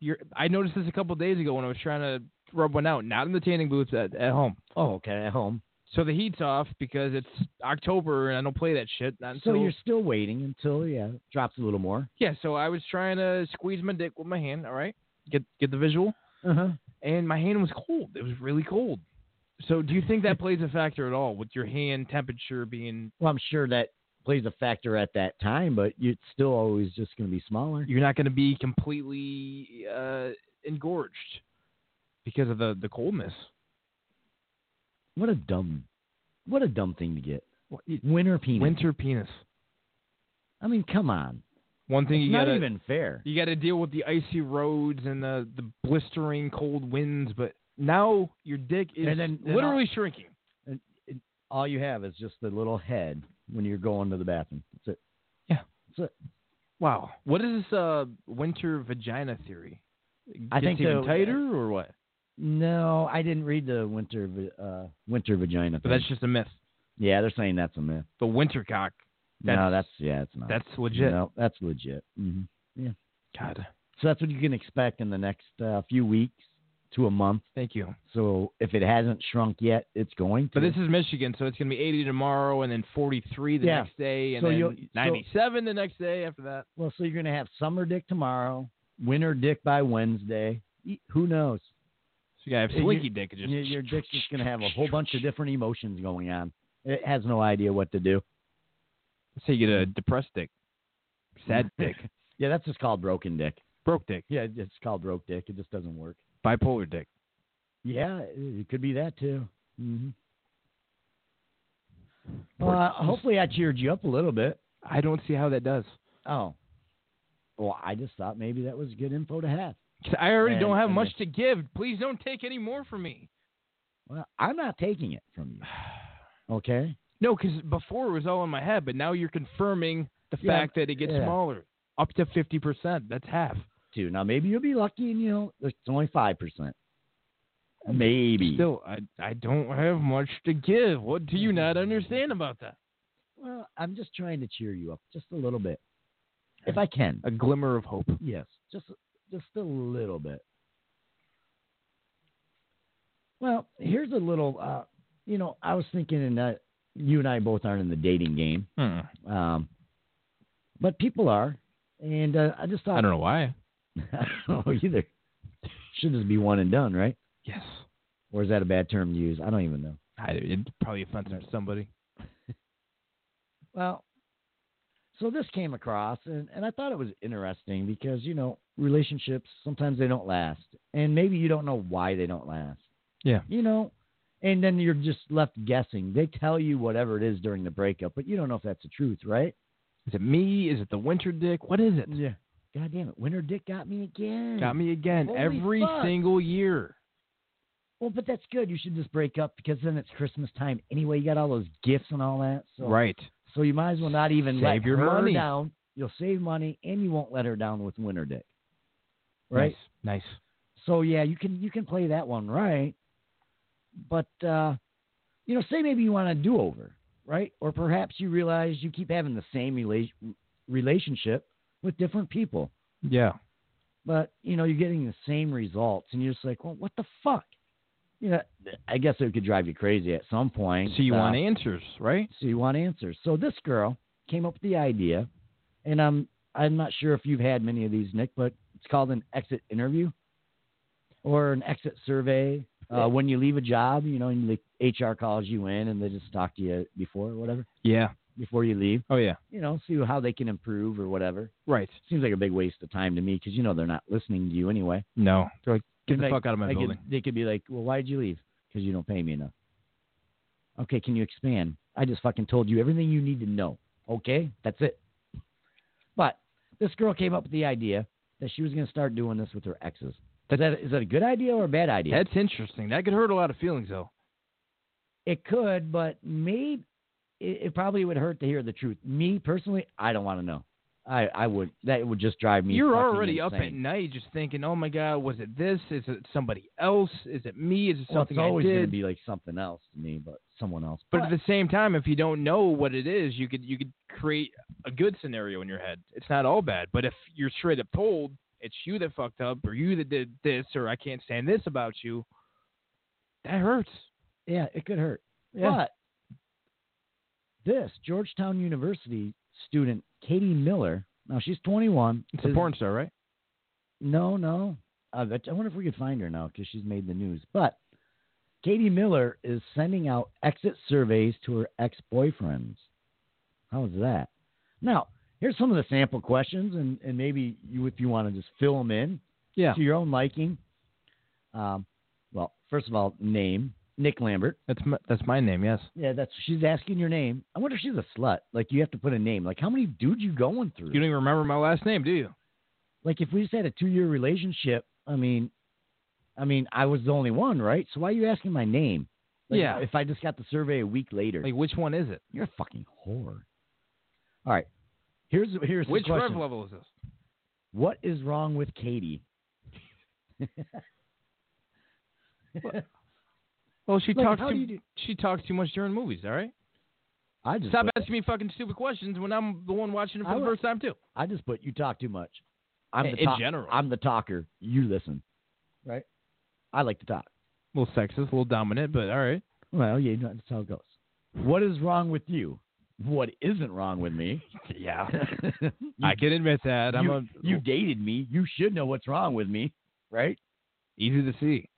Your I noticed this a couple days ago when I was trying to rub one out, not in the tanning booth at, at home.
oh, okay, at home.
So the heat's off because it's October and I don't play that shit. Not
So
until
you're still waiting until yeah it drops a little more.
yeah. So I was trying to squeeze my dick with my hand. All right, get get the visual.
Uh huh.
and my hand was cold. It was really cold. So, do you think that plays a factor at all with your hand temperature being?
Well, I'm sure that plays a factor at that time, but it's still always just going to be smaller.
You're not going to be completely uh, engorged because of the the coldness.
What a dumb, what a dumb thing to get.
What- you-
Winter penis.
Winter penis.
I mean, come on.
One thing
It's
you
not
gotta
even fair.
you gotta deal with the icy roads and the the blistering cold winds, but now your dick is
And then- then
literally shrinking.
All you have is just the little head when you're going to the bathroom. That's it.
Wow, what is this uh, winter vagina theory?
I
Gets
think
even
the-
tighter or what?
No, I didn't read the winter va- uh, winter vagina.
But
thing.
that's just a myth.
yeah, they're saying that's a myth.
The winter cock.
no,
That's-
that's yeah, it's not.
That's legit.
No, that's legit. hmm
God.
So that's what you can expect in the next uh, few weeks. to a month.
Thank you.
So if it hasn't shrunk yet, it's going
But
to.
this is Michigan, so it's going to be 80 tomorrow, and then 43 the
Yeah.
next day, and
So you'll- so-
then 97 the next day after that.
well, so you're going to have summer dick tomorrow, winter dick by Wednesday. E- Who knows?
So you got to
Yeah,
have slinky
you-
dick. and Just
your, your dick's just going to have a whole bunch of different emotions going on. It has no idea what to do.
so you get a depressed dick, sad dick,
Yeah, that's just called broken dick.
broke dick,
Yeah, it's called broke dick. It just doesn't work.
bipolar dick.
Yeah, it- it could be that too. hmm
Or
Well, uh, hopefully I cheered you up a little bit.
I don't see how that does.
Oh, well, I just thought maybe that was good info to have.
'Cause I already
And-
don't have
and
much to give. Please don't take any more from me.
Well, I'm not taking it from you. Okay.
No, because before it was all in my head, but now you're confirming the
Yeah,
fact that it gets
yeah.
smaller, up to 50%. That's half.
Two. Now maybe you'll be lucky and you know it's only five percent. Maybe.
Still, I, I don't have much to give. What do you not understand about that?
well, I'm just trying to cheer you up just a little bit, if I can.
A glimmer of hope.
Yes, just just a little bit. Well, here's a little. Uh, you know, I was thinking, and uh, you and I both aren't in the dating game,
Hmm.
um, but people are, and uh, I just thought
I don't know why.
I don't know either. Should just be one and done, right?
Yes.
Or is that a bad term to use? I don't even know.
I, it's probably offensive to somebody.
Well, so this came across, and, and I thought it was interesting because, you know, relationships sometimes they don't last, and maybe you don't know why they don't last.
Yeah.
You know, and then you're just left guessing. They tell you whatever it is during the breakup, but you don't know if that's the truth, right?
Is it me? Is it the winter dick? What is it?
Yeah. God damn it. Winter Dick got me again.
Got me again
Holy
every
fuck.
single year.
Well, but that's good. You should just break up because then it's Christmas time anyway. You got all those gifts and all that. So
Right.
So you might as well not even
Save
let
your
her
money.
down. You'll save money, and you won't let her down with winter dick. Right.
Nice.
So yeah, you can you can play that one right. But uh, you know, say maybe you want a do over, right? Or perhaps you realize you keep having the same rela- relationship with different people,
nice. Yeah.
but you know you're getting the same results, and you're just like, well, what the fuck? You know, I guess it could drive you crazy at some point.
So you
Uh,
want answers, right?
so you want answers. So this girl came up with the idea, and I'm I'm not sure if you've had many of these, Nick, but it's called an exit interview or an exit survey. Uh, when you leave a job, you know, and the HR calls you in and they just talk to you before or whatever,
Yeah.
before you leave,
Oh yeah.
you know, see how they can improve or whatever.
Right.
Seems like a big waste of time to me because you know they're not listening to you anyway.
No. They're like, get the
Like,
fuck out of my
they could-
building.
they could be like, "Well, why'd you leave? Because you don't pay me enough." Okay, can you expand? I just fucking told you everything you need to know. Okay, that's it. But this girl came up with the idea that she was going to start doing this with her exes. Is that is that a good idea or a bad idea?
That's interesting. That could hurt a lot of feelings though.
it could, but maybe it, it probably would hurt to hear the truth. Me personally, I don't want to know. I I would that would just drive me.
You're
fucking
already up at
insane.
night just thinking, oh my God, was it this? Is it somebody else? Is it me? Is it
Well,
something
it's always
I
going to
did?
be like something else to me, but someone else.
but at the same time, if you don't know what it is, you could you could create a good scenario in your head. It's not all bad. But if you're straight up told it's you that fucked up or you that did this or I can't stand this about you, that hurts.
Yeah, it could hurt. But this Georgetown University student, Katie Miller, now she's 21.
It's a
is-
porn star, right?
No, no. Uh, but I wonder if we could find her now because she's made the news. But Katie Miller is sending out exit surveys to her ex boyfriends. How's that? Now, here's some of the sample questions, and, and maybe you, if you want to just fill them in,
Yeah.
to your own liking. Um, well, first of all, name Nick Lambert.
That's my, that's my name, yes.
Yeah, that's she's asking your name. I wonder if she's a slut. Like you have to put a name. Like how many dudes you going through?
You don't even remember my last name, do you?
like if we just had a two year relationship, I mean, I mean I was the only one, right? So why are you asking my name? Like,
Yeah.
If I just got the survey a week later,
Like, which one is it?
you're a fucking whore. All right. Here's here's
Which
the question.
rev level is this?
What is wrong with Katie?
Well, she
Look,
talks
how do
too,
you do-
she talks too much during movies. All right,
I just
stop
put-
asking me fucking stupid questions when I'm the one watching it
I
for the
would-
first time too.
I just put you talk too much. I'm the
In
talk-
general.
I'm the talker. You listen. Right. I like to talk.
A little sexist, a little dominant, but all right.
Well, yeah, that's how it goes. What is wrong with you? What isn't wrong with me?
Yeah.
you,
I can admit that. I'm
you,
a,
you dated me. You should know what's wrong with me, right?
easy to see.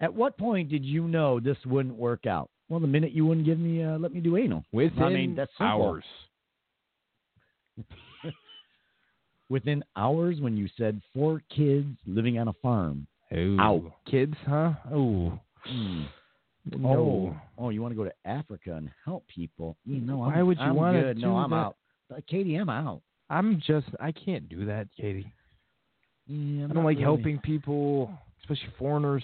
At what point did you know this wouldn't work out? Well, the minute you wouldn't give me, uh, let me do anal.
Within
I mean, that's simple.
hours.
Within hours, when you said four kids living on a farm.
Ooh.
Ow.
Kids, huh? Ooh.
Hmm.
No.
Oh, oh, you want to go to Africa and help people? You know,
Why
I'm,
would you
I'm
wanna
good. No,
do
I'm
that?
out. Uh, Katie, I'm out.
I'm just, I can't do that, Katie.
Yeah, I'm
I
not
don't like
really-
helping people, especially foreigners.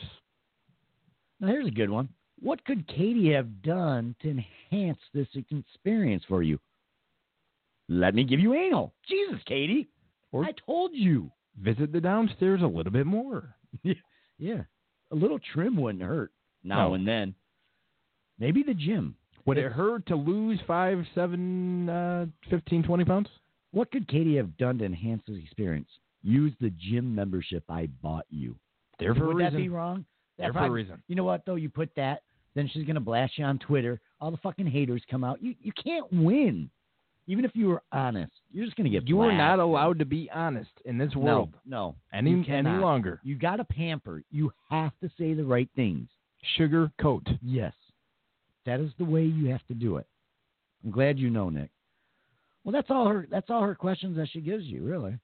Now, here's a good one. What could Katie have done to enhance this experience for you? Let me give you anal. Jesus, Katie.
Or-
I told you.
Visit the downstairs a little bit more.
Yeah. A little trim wouldn't hurt now
No.
and then. Maybe the gym.
Would it
It's-
hurt to lose five, seven, uh, 15, 20 pounds?
What could Katie have done to enhance this experience? Use the gym membership I bought you.
There for
Would
a
that be
reason.
wrong? That
There for a
probably-
reason.
You know what though? You put that, then she's gonna blast you on Twitter. All the fucking haters come out. You you can't win. Even if you were honest, you're just gonna get.
You are not
blasted.
allowed to be honest in this world
No, no.
any
you
any
cannot.
longer.
You got to pamper. You have to say the right things.
Sugar coat.
Yes. That is the way you have to do it. I'm glad you know, Nick. Well, that's all her that's all her questions that she gives you, really.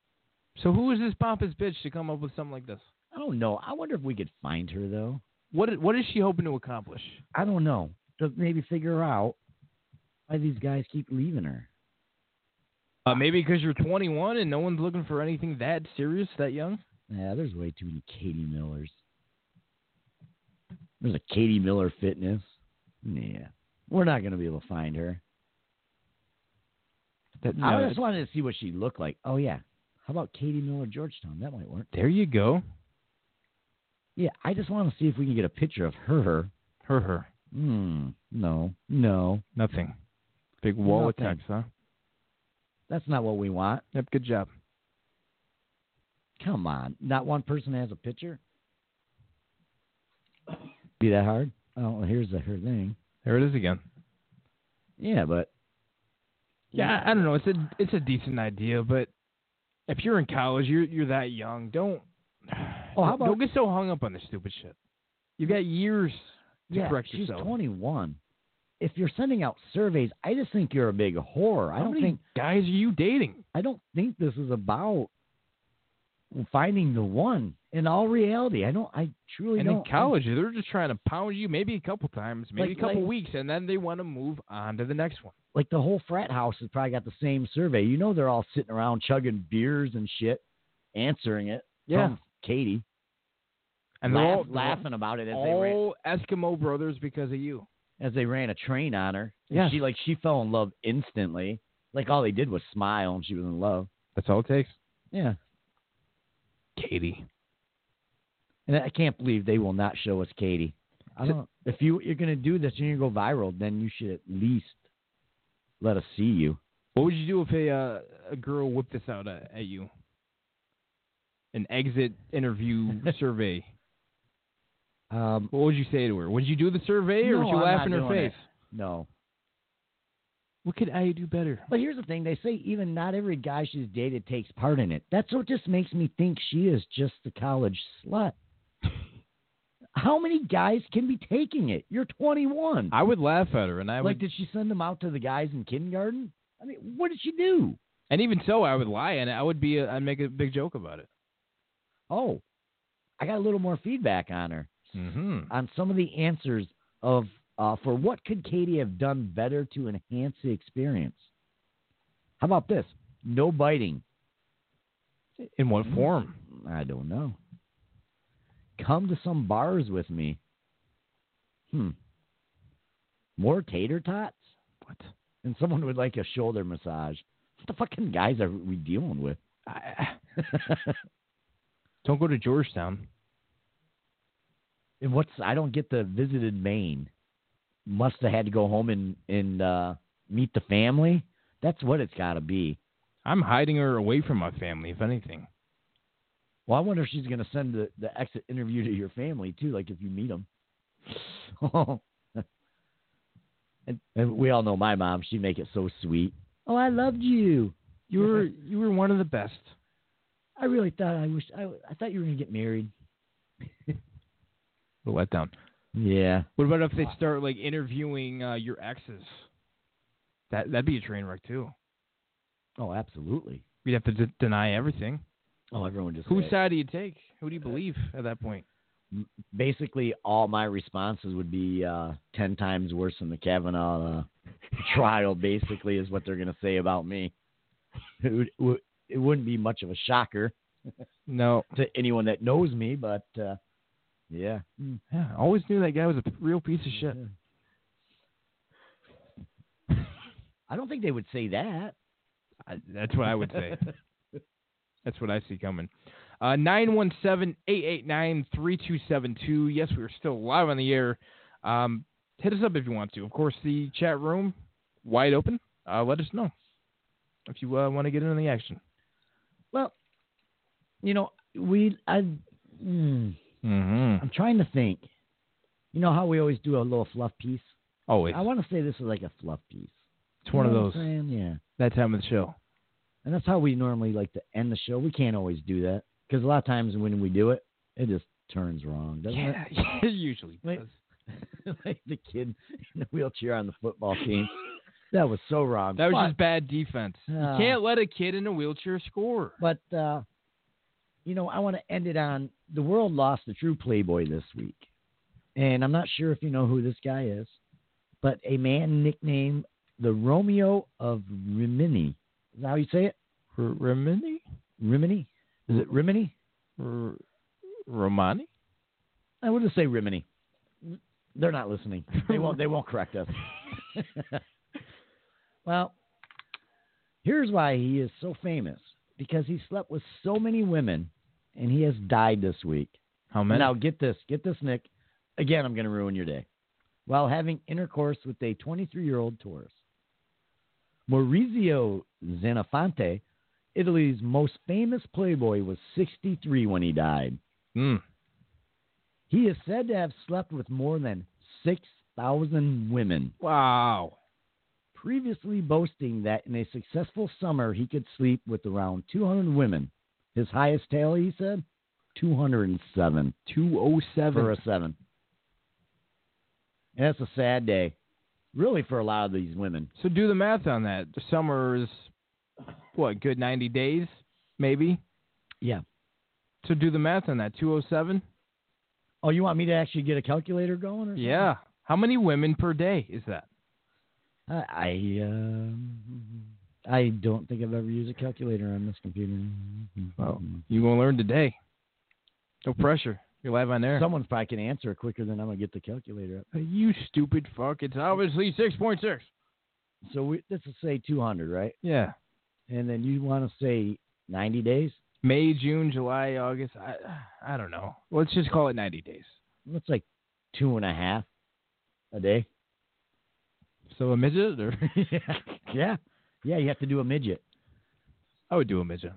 So who is this pompous bitch to come up with something like this?
I don't know. I wonder if we could find her though.
What what is she hoping to accomplish?
I don't know. To maybe figure out why these guys keep leaving her.
Uh, maybe because you're 21 and no one's looking for anything that serious that young.
Yeah, there's way too many Katie Millers. There's a Katie Miller fitness. Yeah. We're not gonna be able to find her.
That-
I
no,
just wanted to see what she looked like. Oh yeah. How about Katie Miller Georgetown? That might work.
there you go.
Yeah, I just want to see if we can get a picture of her.
Her her
Hmm. No, no,
nothing. Big wall of
Nothing.
text, huh?
that's not what we want.
Yep. Good job.
Come on, not one person has a picture. Be that hard? Oh, here's the, her thing.
There it is again.
Yeah, but
Yeah, I, I don't know. It's a it's a decent idea, but if you're in college, you're you're that young. Don't
Oh, how
don't
about-
get so hung up on this stupid shit. You've got years to
yeah,
correct
she's
yourself.
21. If you're sending out surveys, I just think you're a big whore. I
How
don't
many
think
guys are you dating?
I don't think this is about finding the one. In all reality, I don't. I truly
And
don't.
in college, they're just trying to pound you maybe a couple times, maybe
Like-
a couple
like-
weeks, and then they want to move on to the next one.
like the whole frat house has probably got the same survey. You know, they're all sitting around chugging beers and shit, answering it.
Yeah.
from Katie
And
laugh-
they're all
laughing about it
they're
as they ran
all Eskimo brothers because of you.
as they ran a train on her. And
Yeah.
she like she fell in love instantly. Like all they did was smile and she was in love.
That's all it takes.
Yeah,
Katie.
and I can't believe they will not show us Katie. I
So-
don't. If you you're gonna do this and you're gonna go viral, then you should at least let us see you.
What would you do if a uh, a girl whipped this out uh, at, at you? An exit interview survey.
Um,
What would you say to her? Would you do the survey or
No,
would you
I'm
laugh
not
in her
doing it.
face?
no.
What could I do better?
But here's the thing: they say even not every guy she's dated takes part in it. That's what just makes me think she is just a college slut. How many guys can be taking it? You're 21.
I would laugh at her, and I
like,
would,
did she send them out to the guys in kindergarten? I mean, what did she do?
and even so, I would lie, and I would be, i I'd make a big joke about it.
Oh, I got a little more feedback on her
Mm-hmm.
on some of the answers of uh, for what could Katie have done better to enhance the experience. How about this? No biting.
In what form?
I don't know. Come to some bars with me. Hmm. More tater tots?
What?
And someone would like a shoulder massage. What the fucking guys are we dealing with?
I, don't go to Georgetown.
and what's I don't get the visited Maine. Must have had to go home and and uh, meet the family. That's what it's got to be.
I'm hiding her away from my family, if anything.
Well, I wonder if she's going to send the, the exit interview to your family too, like if you meet them. and, and we all know my mom; she'd make it so sweet. Oh, I loved you.
You were you were one of the best.
I really thought I wish I, I thought you were going to get married.
The letdown.
Yeah.
What about if they start like interviewing uh, your exes? That that'd be a train wreck too.
Oh, absolutely.
We'd have to d- deny everything.
Oh, everyone just
Whose
said-
side do you take? Who do you believe at that point?
basically all my responses would be uh, ten times worse than the Kavanaugh uh, trial. Basically, is what they're going to say about me. It, would, would- it wouldn't be much of a shocker
No.
to anyone that knows me, but uh, yeah,
Yeah, I always knew that guy was a p- real piece of shit.
I don't think they would say that.
I, that's what I would say. That's what I see coming. Uh, 917-889-3272. Yes, we are still live on the air. Um, hit us up if you want to. Of course, the chat room wide open. Uh, let us know if you uh, want to get into the action.
you know, we I. Mm,
Mm-hmm.
I'm trying to think. You know how we always do a little fluff piece.
Always.
I want to say this is like a fluff piece.
It's one of
You know what
those.
I'm saying? Yeah.
That time of the show.
And that's how we normally like to end the show. We can't always do that because a lot of times when we do it, it just turns wrong, doesn't
Yeah, yeah, usually.
Wait. it? like the kid in the wheelchair on the football team. that was so wrong.
That was
but,
just bad defense. you
Uh,
can't let a kid in a wheelchair score.
But uh, you know, I want to end it on the world lost the true playboy this week, and I'm not sure if you know who this guy is, but a man nicknamed the Romeo of Rimini. Is that how you say it?
R- Romani?
Rimini? Is it Rimini?
R- Romani?
I would just say Rimini. They're not listening. They won't. They won't correct us. well, here's why he is so famous because he slept with so many women, and he has died this week.
How many?
Now get this, get this, Nick. Again, I'm going to ruin your day. While having intercourse with a 23-year-old tourist, Maurizio Xenofonte, Italy's most famous playboy, was 63 when he died.
Mm.
He is said to have slept with more than 6,000 women,
Wow.
previously boasting that in a successful summer he could sleep with around 200 women. His highest tally, he said, 207 for
207.
a oh seven. And that's a sad day, really, for a lot of these women.
So do the math on that. The summer is, what, good 90 days, maybe?
Yeah.
So do the math on that. 207?
Oh, you want me to actually get a calculator going? Or something?
Yeah. How many women per day is that?
I I, um, I don't think I've ever used a calculator on this computer. Oh.
Well, You're going to learn today. No pressure. You're live on air.
Someone probably can answer it quicker than I'm gonna get the calculator up.
you stupid fuck. It's obviously 6.6.
So we, this is say 200, right?
Yeah.
And then you want to say 90 days?
May, June, July, August. I I don't know. Let's just call it 90 days.
That's like two and a half a day.
So a midget, or
yeah, yeah. You have to do a midget.
I would do a midget.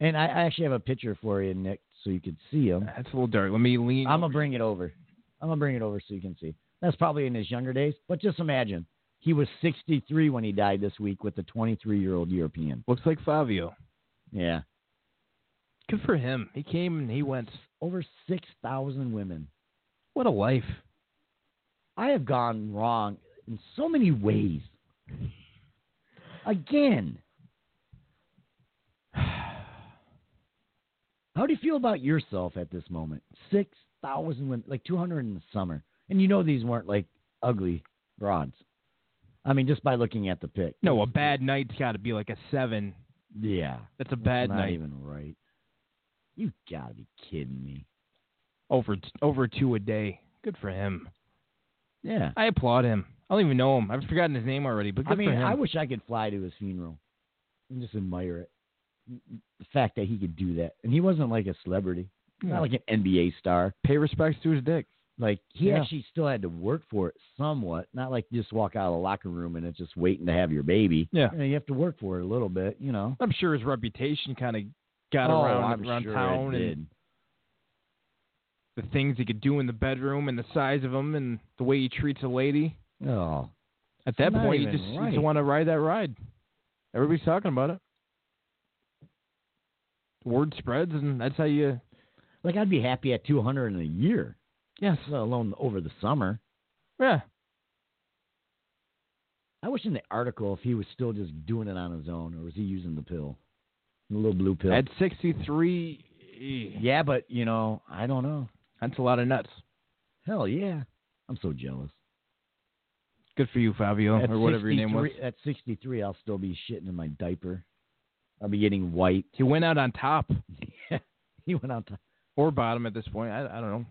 And I, I actually have a picture for you, Nick, so you can see him.
That's a little dark. Let me lean.
I'm gonna bring it over. I'm gonna bring it over so you can see. That's probably in his younger days, but just imagine he was 63 when he died this week with a 23 year old European.
Looks like Fabio.
Yeah,
Good for him. He came and he went.
over 6,000 women.
What a life.
I have gone wrong in so many ways. Again, how do you feel about yourself at this moment? 6,000 women, like 200 in the summer. And you know these weren't like ugly broads. I mean, just by looking at the pic.
No, a bad night's got to be like a seven.
Yeah.
That's a bad
not
night.
even right. You gotta be kidding me.
Over over two a day. Good for him.
Yeah.
I applaud him. I don't even know him. I've forgotten his name already. But good
I mean,
for him.
I wish I could fly to his funeral and just admire it. The fact that he could do that. And he wasn't like a celebrity,
Yeah.
not like an NBA star.
pay respects to his dick.
Like, he
Yeah.
actually still had to work for it somewhat. Not like you just walk out of the locker room and it's just waiting to have your baby.
Yeah.
You, know, you have to work for it a little bit, you know.
I'm sure his reputation kind of got
oh,
around
I'm
around
sure it
town and
did.
the things he could do in the bedroom and the size of him and the way he treats a lady.
Oh,
At that
Not
point, you
even
just, you
right.
just want to ride that ride. Everybody's talking about it. Word spreads, and that's how you.
like I'd be happy at two hundred in a year,
Yes.
let alone over the summer.
Yeah.
I wish in the article if he was still just doing it on his own, or was he using the pill, the little blue pill?
At 63, eh,
yeah, but you know, I don't know.
that's a lot of nuts.
Hell yeah, I'm so jealous.
Good for you, Fabio,
At
Oh, or whatever your name was.
63 At 63, I'll still be shitting in my diaper. I'll be getting white.
He went out on top
he went out. To,
or bottom at this point. I, I don't know.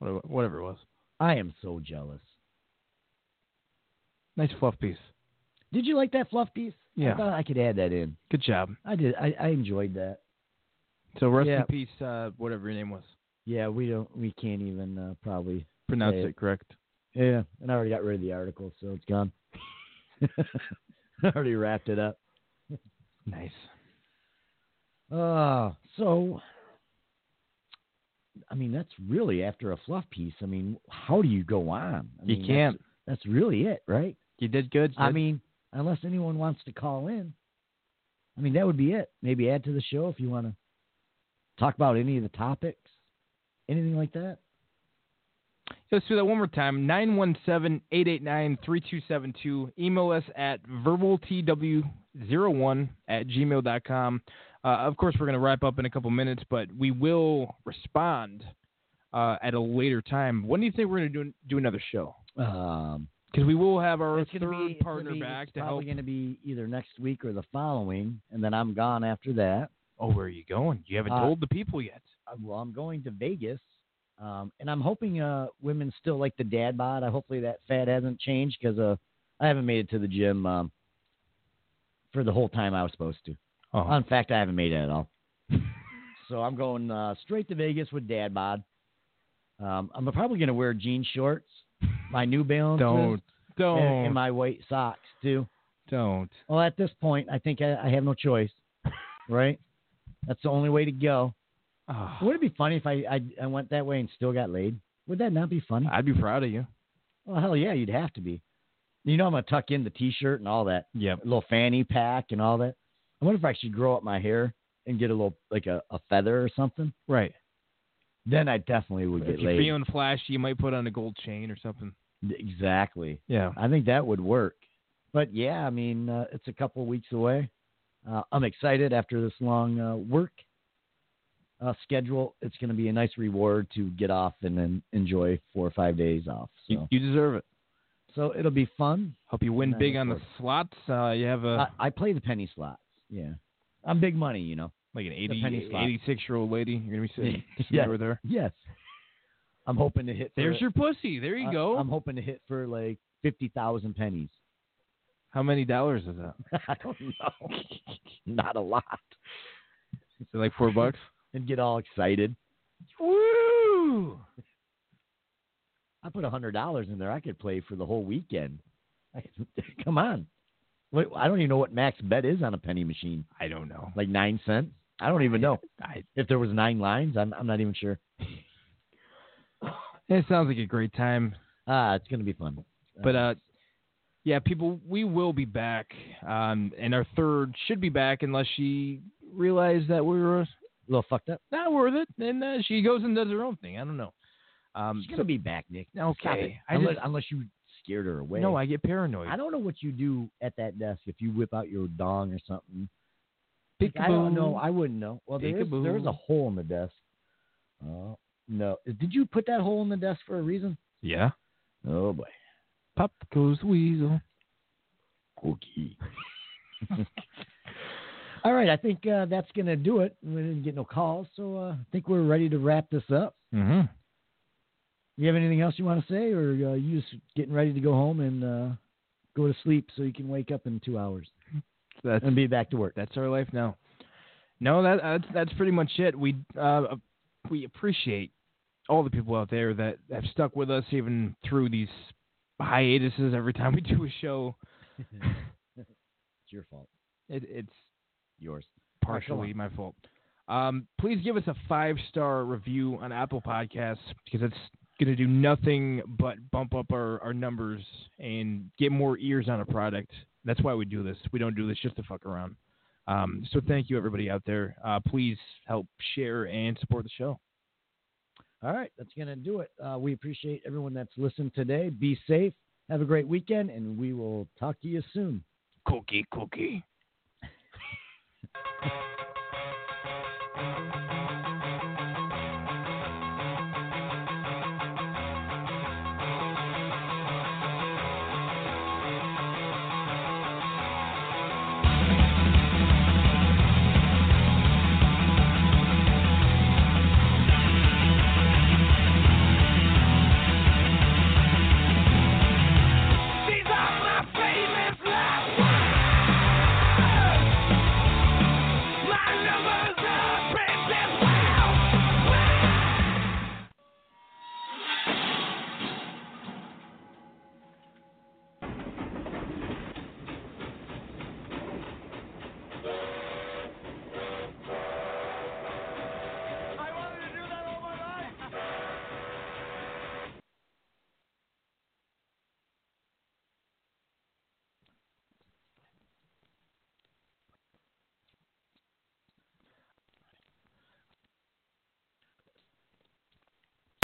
Whatever, whatever it was.
I am so jealous.
Nice fluff piece.
Did you like that fluff piece? I
Yeah.
thought I could add that in.
Good job.
I did. I, I enjoyed that.
So rest
Yeah.
in peace, uh, whatever your name was.
Yeah, we don't. We can't even uh, probably.
Pronounce
Yeah.
it correct.
Yeah, and I already got rid of the article, so it's gone. I already wrapped it up.
Nice.
Uh, so, I mean, that's really after a fluff piece. I mean, how do you go on? I
You
mean, that's-
can't.
that's really it, right?
You did good.
I mean, unless anyone wants to call in, I mean, that would be it. Maybe add to the show if you want to talk about any of the topics, anything like that.
Let's do that one more time. 917-889-3272. Email us at verbaltw01 at gmail.com. Uh, of course, we're going to wrap up in a couple minutes, but we will respond uh, at a later time. When do you think we're going to do, do another show?
Um,
Because we will have our
it's
third
gonna be- it's gonna
partner
be-
back
it's
to help.
probably going to be either next week or the following, and then I'm gone after that.
Oh, where are you going? You haven't
Uh,
told the people yet.
Uh, Well, I'm going to Vegas, um, and I'm hoping uh, women still like the dad bod. I hopefully that fad hasn't changed because uh, I haven't made it to the gym um, for the whole time I was supposed to.
Oh,
In fact, I haven't made it at all. so I'm going uh, straight to Vegas with Dad Bod. Um, I'm probably going to wear jean shorts, my New Balance,
don't, don't,
and, and my white socks too.
don't.
Well, at this point, I think I, I have no choice, right? That's the only way to go.
Ah,
Would it be funny if I, I I went that way and still got laid? Would that not be funny?
I'd be proud of you.
Well, hell yeah, you'd have to be. You know, I'm gonna tuck in the T-shirt and all that,
Yep.
a little fanny pack and all that. I wonder if I should grow up my hair and get a little like a, a feather or something.
Right.
Then I definitely would
If
get
you're
laid.
feeling flashy, you might put on a gold chain or something.
exactly.
Yeah.
I think that would work. But yeah, I mean, uh, it's a couple weeks away. Uh, I'm excited after this long uh, work uh, schedule. It's going to be a nice reward to get off and then enjoy four or five days off. So,
You, you deserve it.
so it'll be fun.
Hope you win
Nice
big on the
work.
slots. Uh, you have a
I, I play the penny slots. Yeah, I'm big money, you know.
like an
penny
80,
slot.
86 year old lady. You're gonna be sitting
Yeah.
yeah. over there.
Yes, I'm hoping to hit. For, uh, um,
There's your pussy. There you
I-
go.
I'm hoping to hit for like fifty thousand pennies.
How many dollars is that?
I don't know. Not a lot.
Is it like four bucks?
And get all excited.
Woo!
I put a hundred dollars in there. I could play for the whole weekend. I could, come on. Wait, I don't even know what max bet is on a penny machine.
I don't know.
Like nine cents. I don't even know
I,
if there was nine lines. I'm I'm not even sure.
it sounds like a great time.
Ah, it's gonna be fun.
But uh, yeah, people, we will be back. Um, and our third should be back unless she realized that we were
a little fucked up.
not worth it, and uh, she goes and does her own thing. I don't know. Um,
She's gonna be back, Nick.
okay.
Stop it.
I
unless,
just-
unless you scared her away.
no, I get paranoid.
I don't know what you do at that desk if you whip out your dong or something. Like, I don't know. I wouldn't know. Well, there is, there is a
Peekaboo.
hole in the desk. Oh no! Did you put that hole in the desk for a reason?
yeah.
Oh boy.
Pop goes the weasel.
Okay. All right, I think uh, that's going to do it. We didn't get no calls, so uh, I think we're ready to wrap this up.
Mm-hmm.
You have anything else you want to say, or uh, you just getting ready to go home and uh, go to sleep so you can wake up in two hours
That's
and be back to work?
that's our life now. No, that that's, that's pretty much it. We uh, we appreciate all the people out there that have stuck with us even through these hiatuses. Every time we do a show,
It's your fault.
it, it's
Yours.
partially my fault. Um, please give us a five star review on Apple Podcasts because it's going to do nothing but bump up our, our numbers and get more ears on a product. That's why we do this. We don't do this just to fuck around. Um, so thank you, everybody out there. Uh, please help share and support the show.
All right, that's going to do it. Uh, we appreciate everyone that's listened today. Be safe. Have a great weekend, and we will talk to you soon.
Cookie, cookie.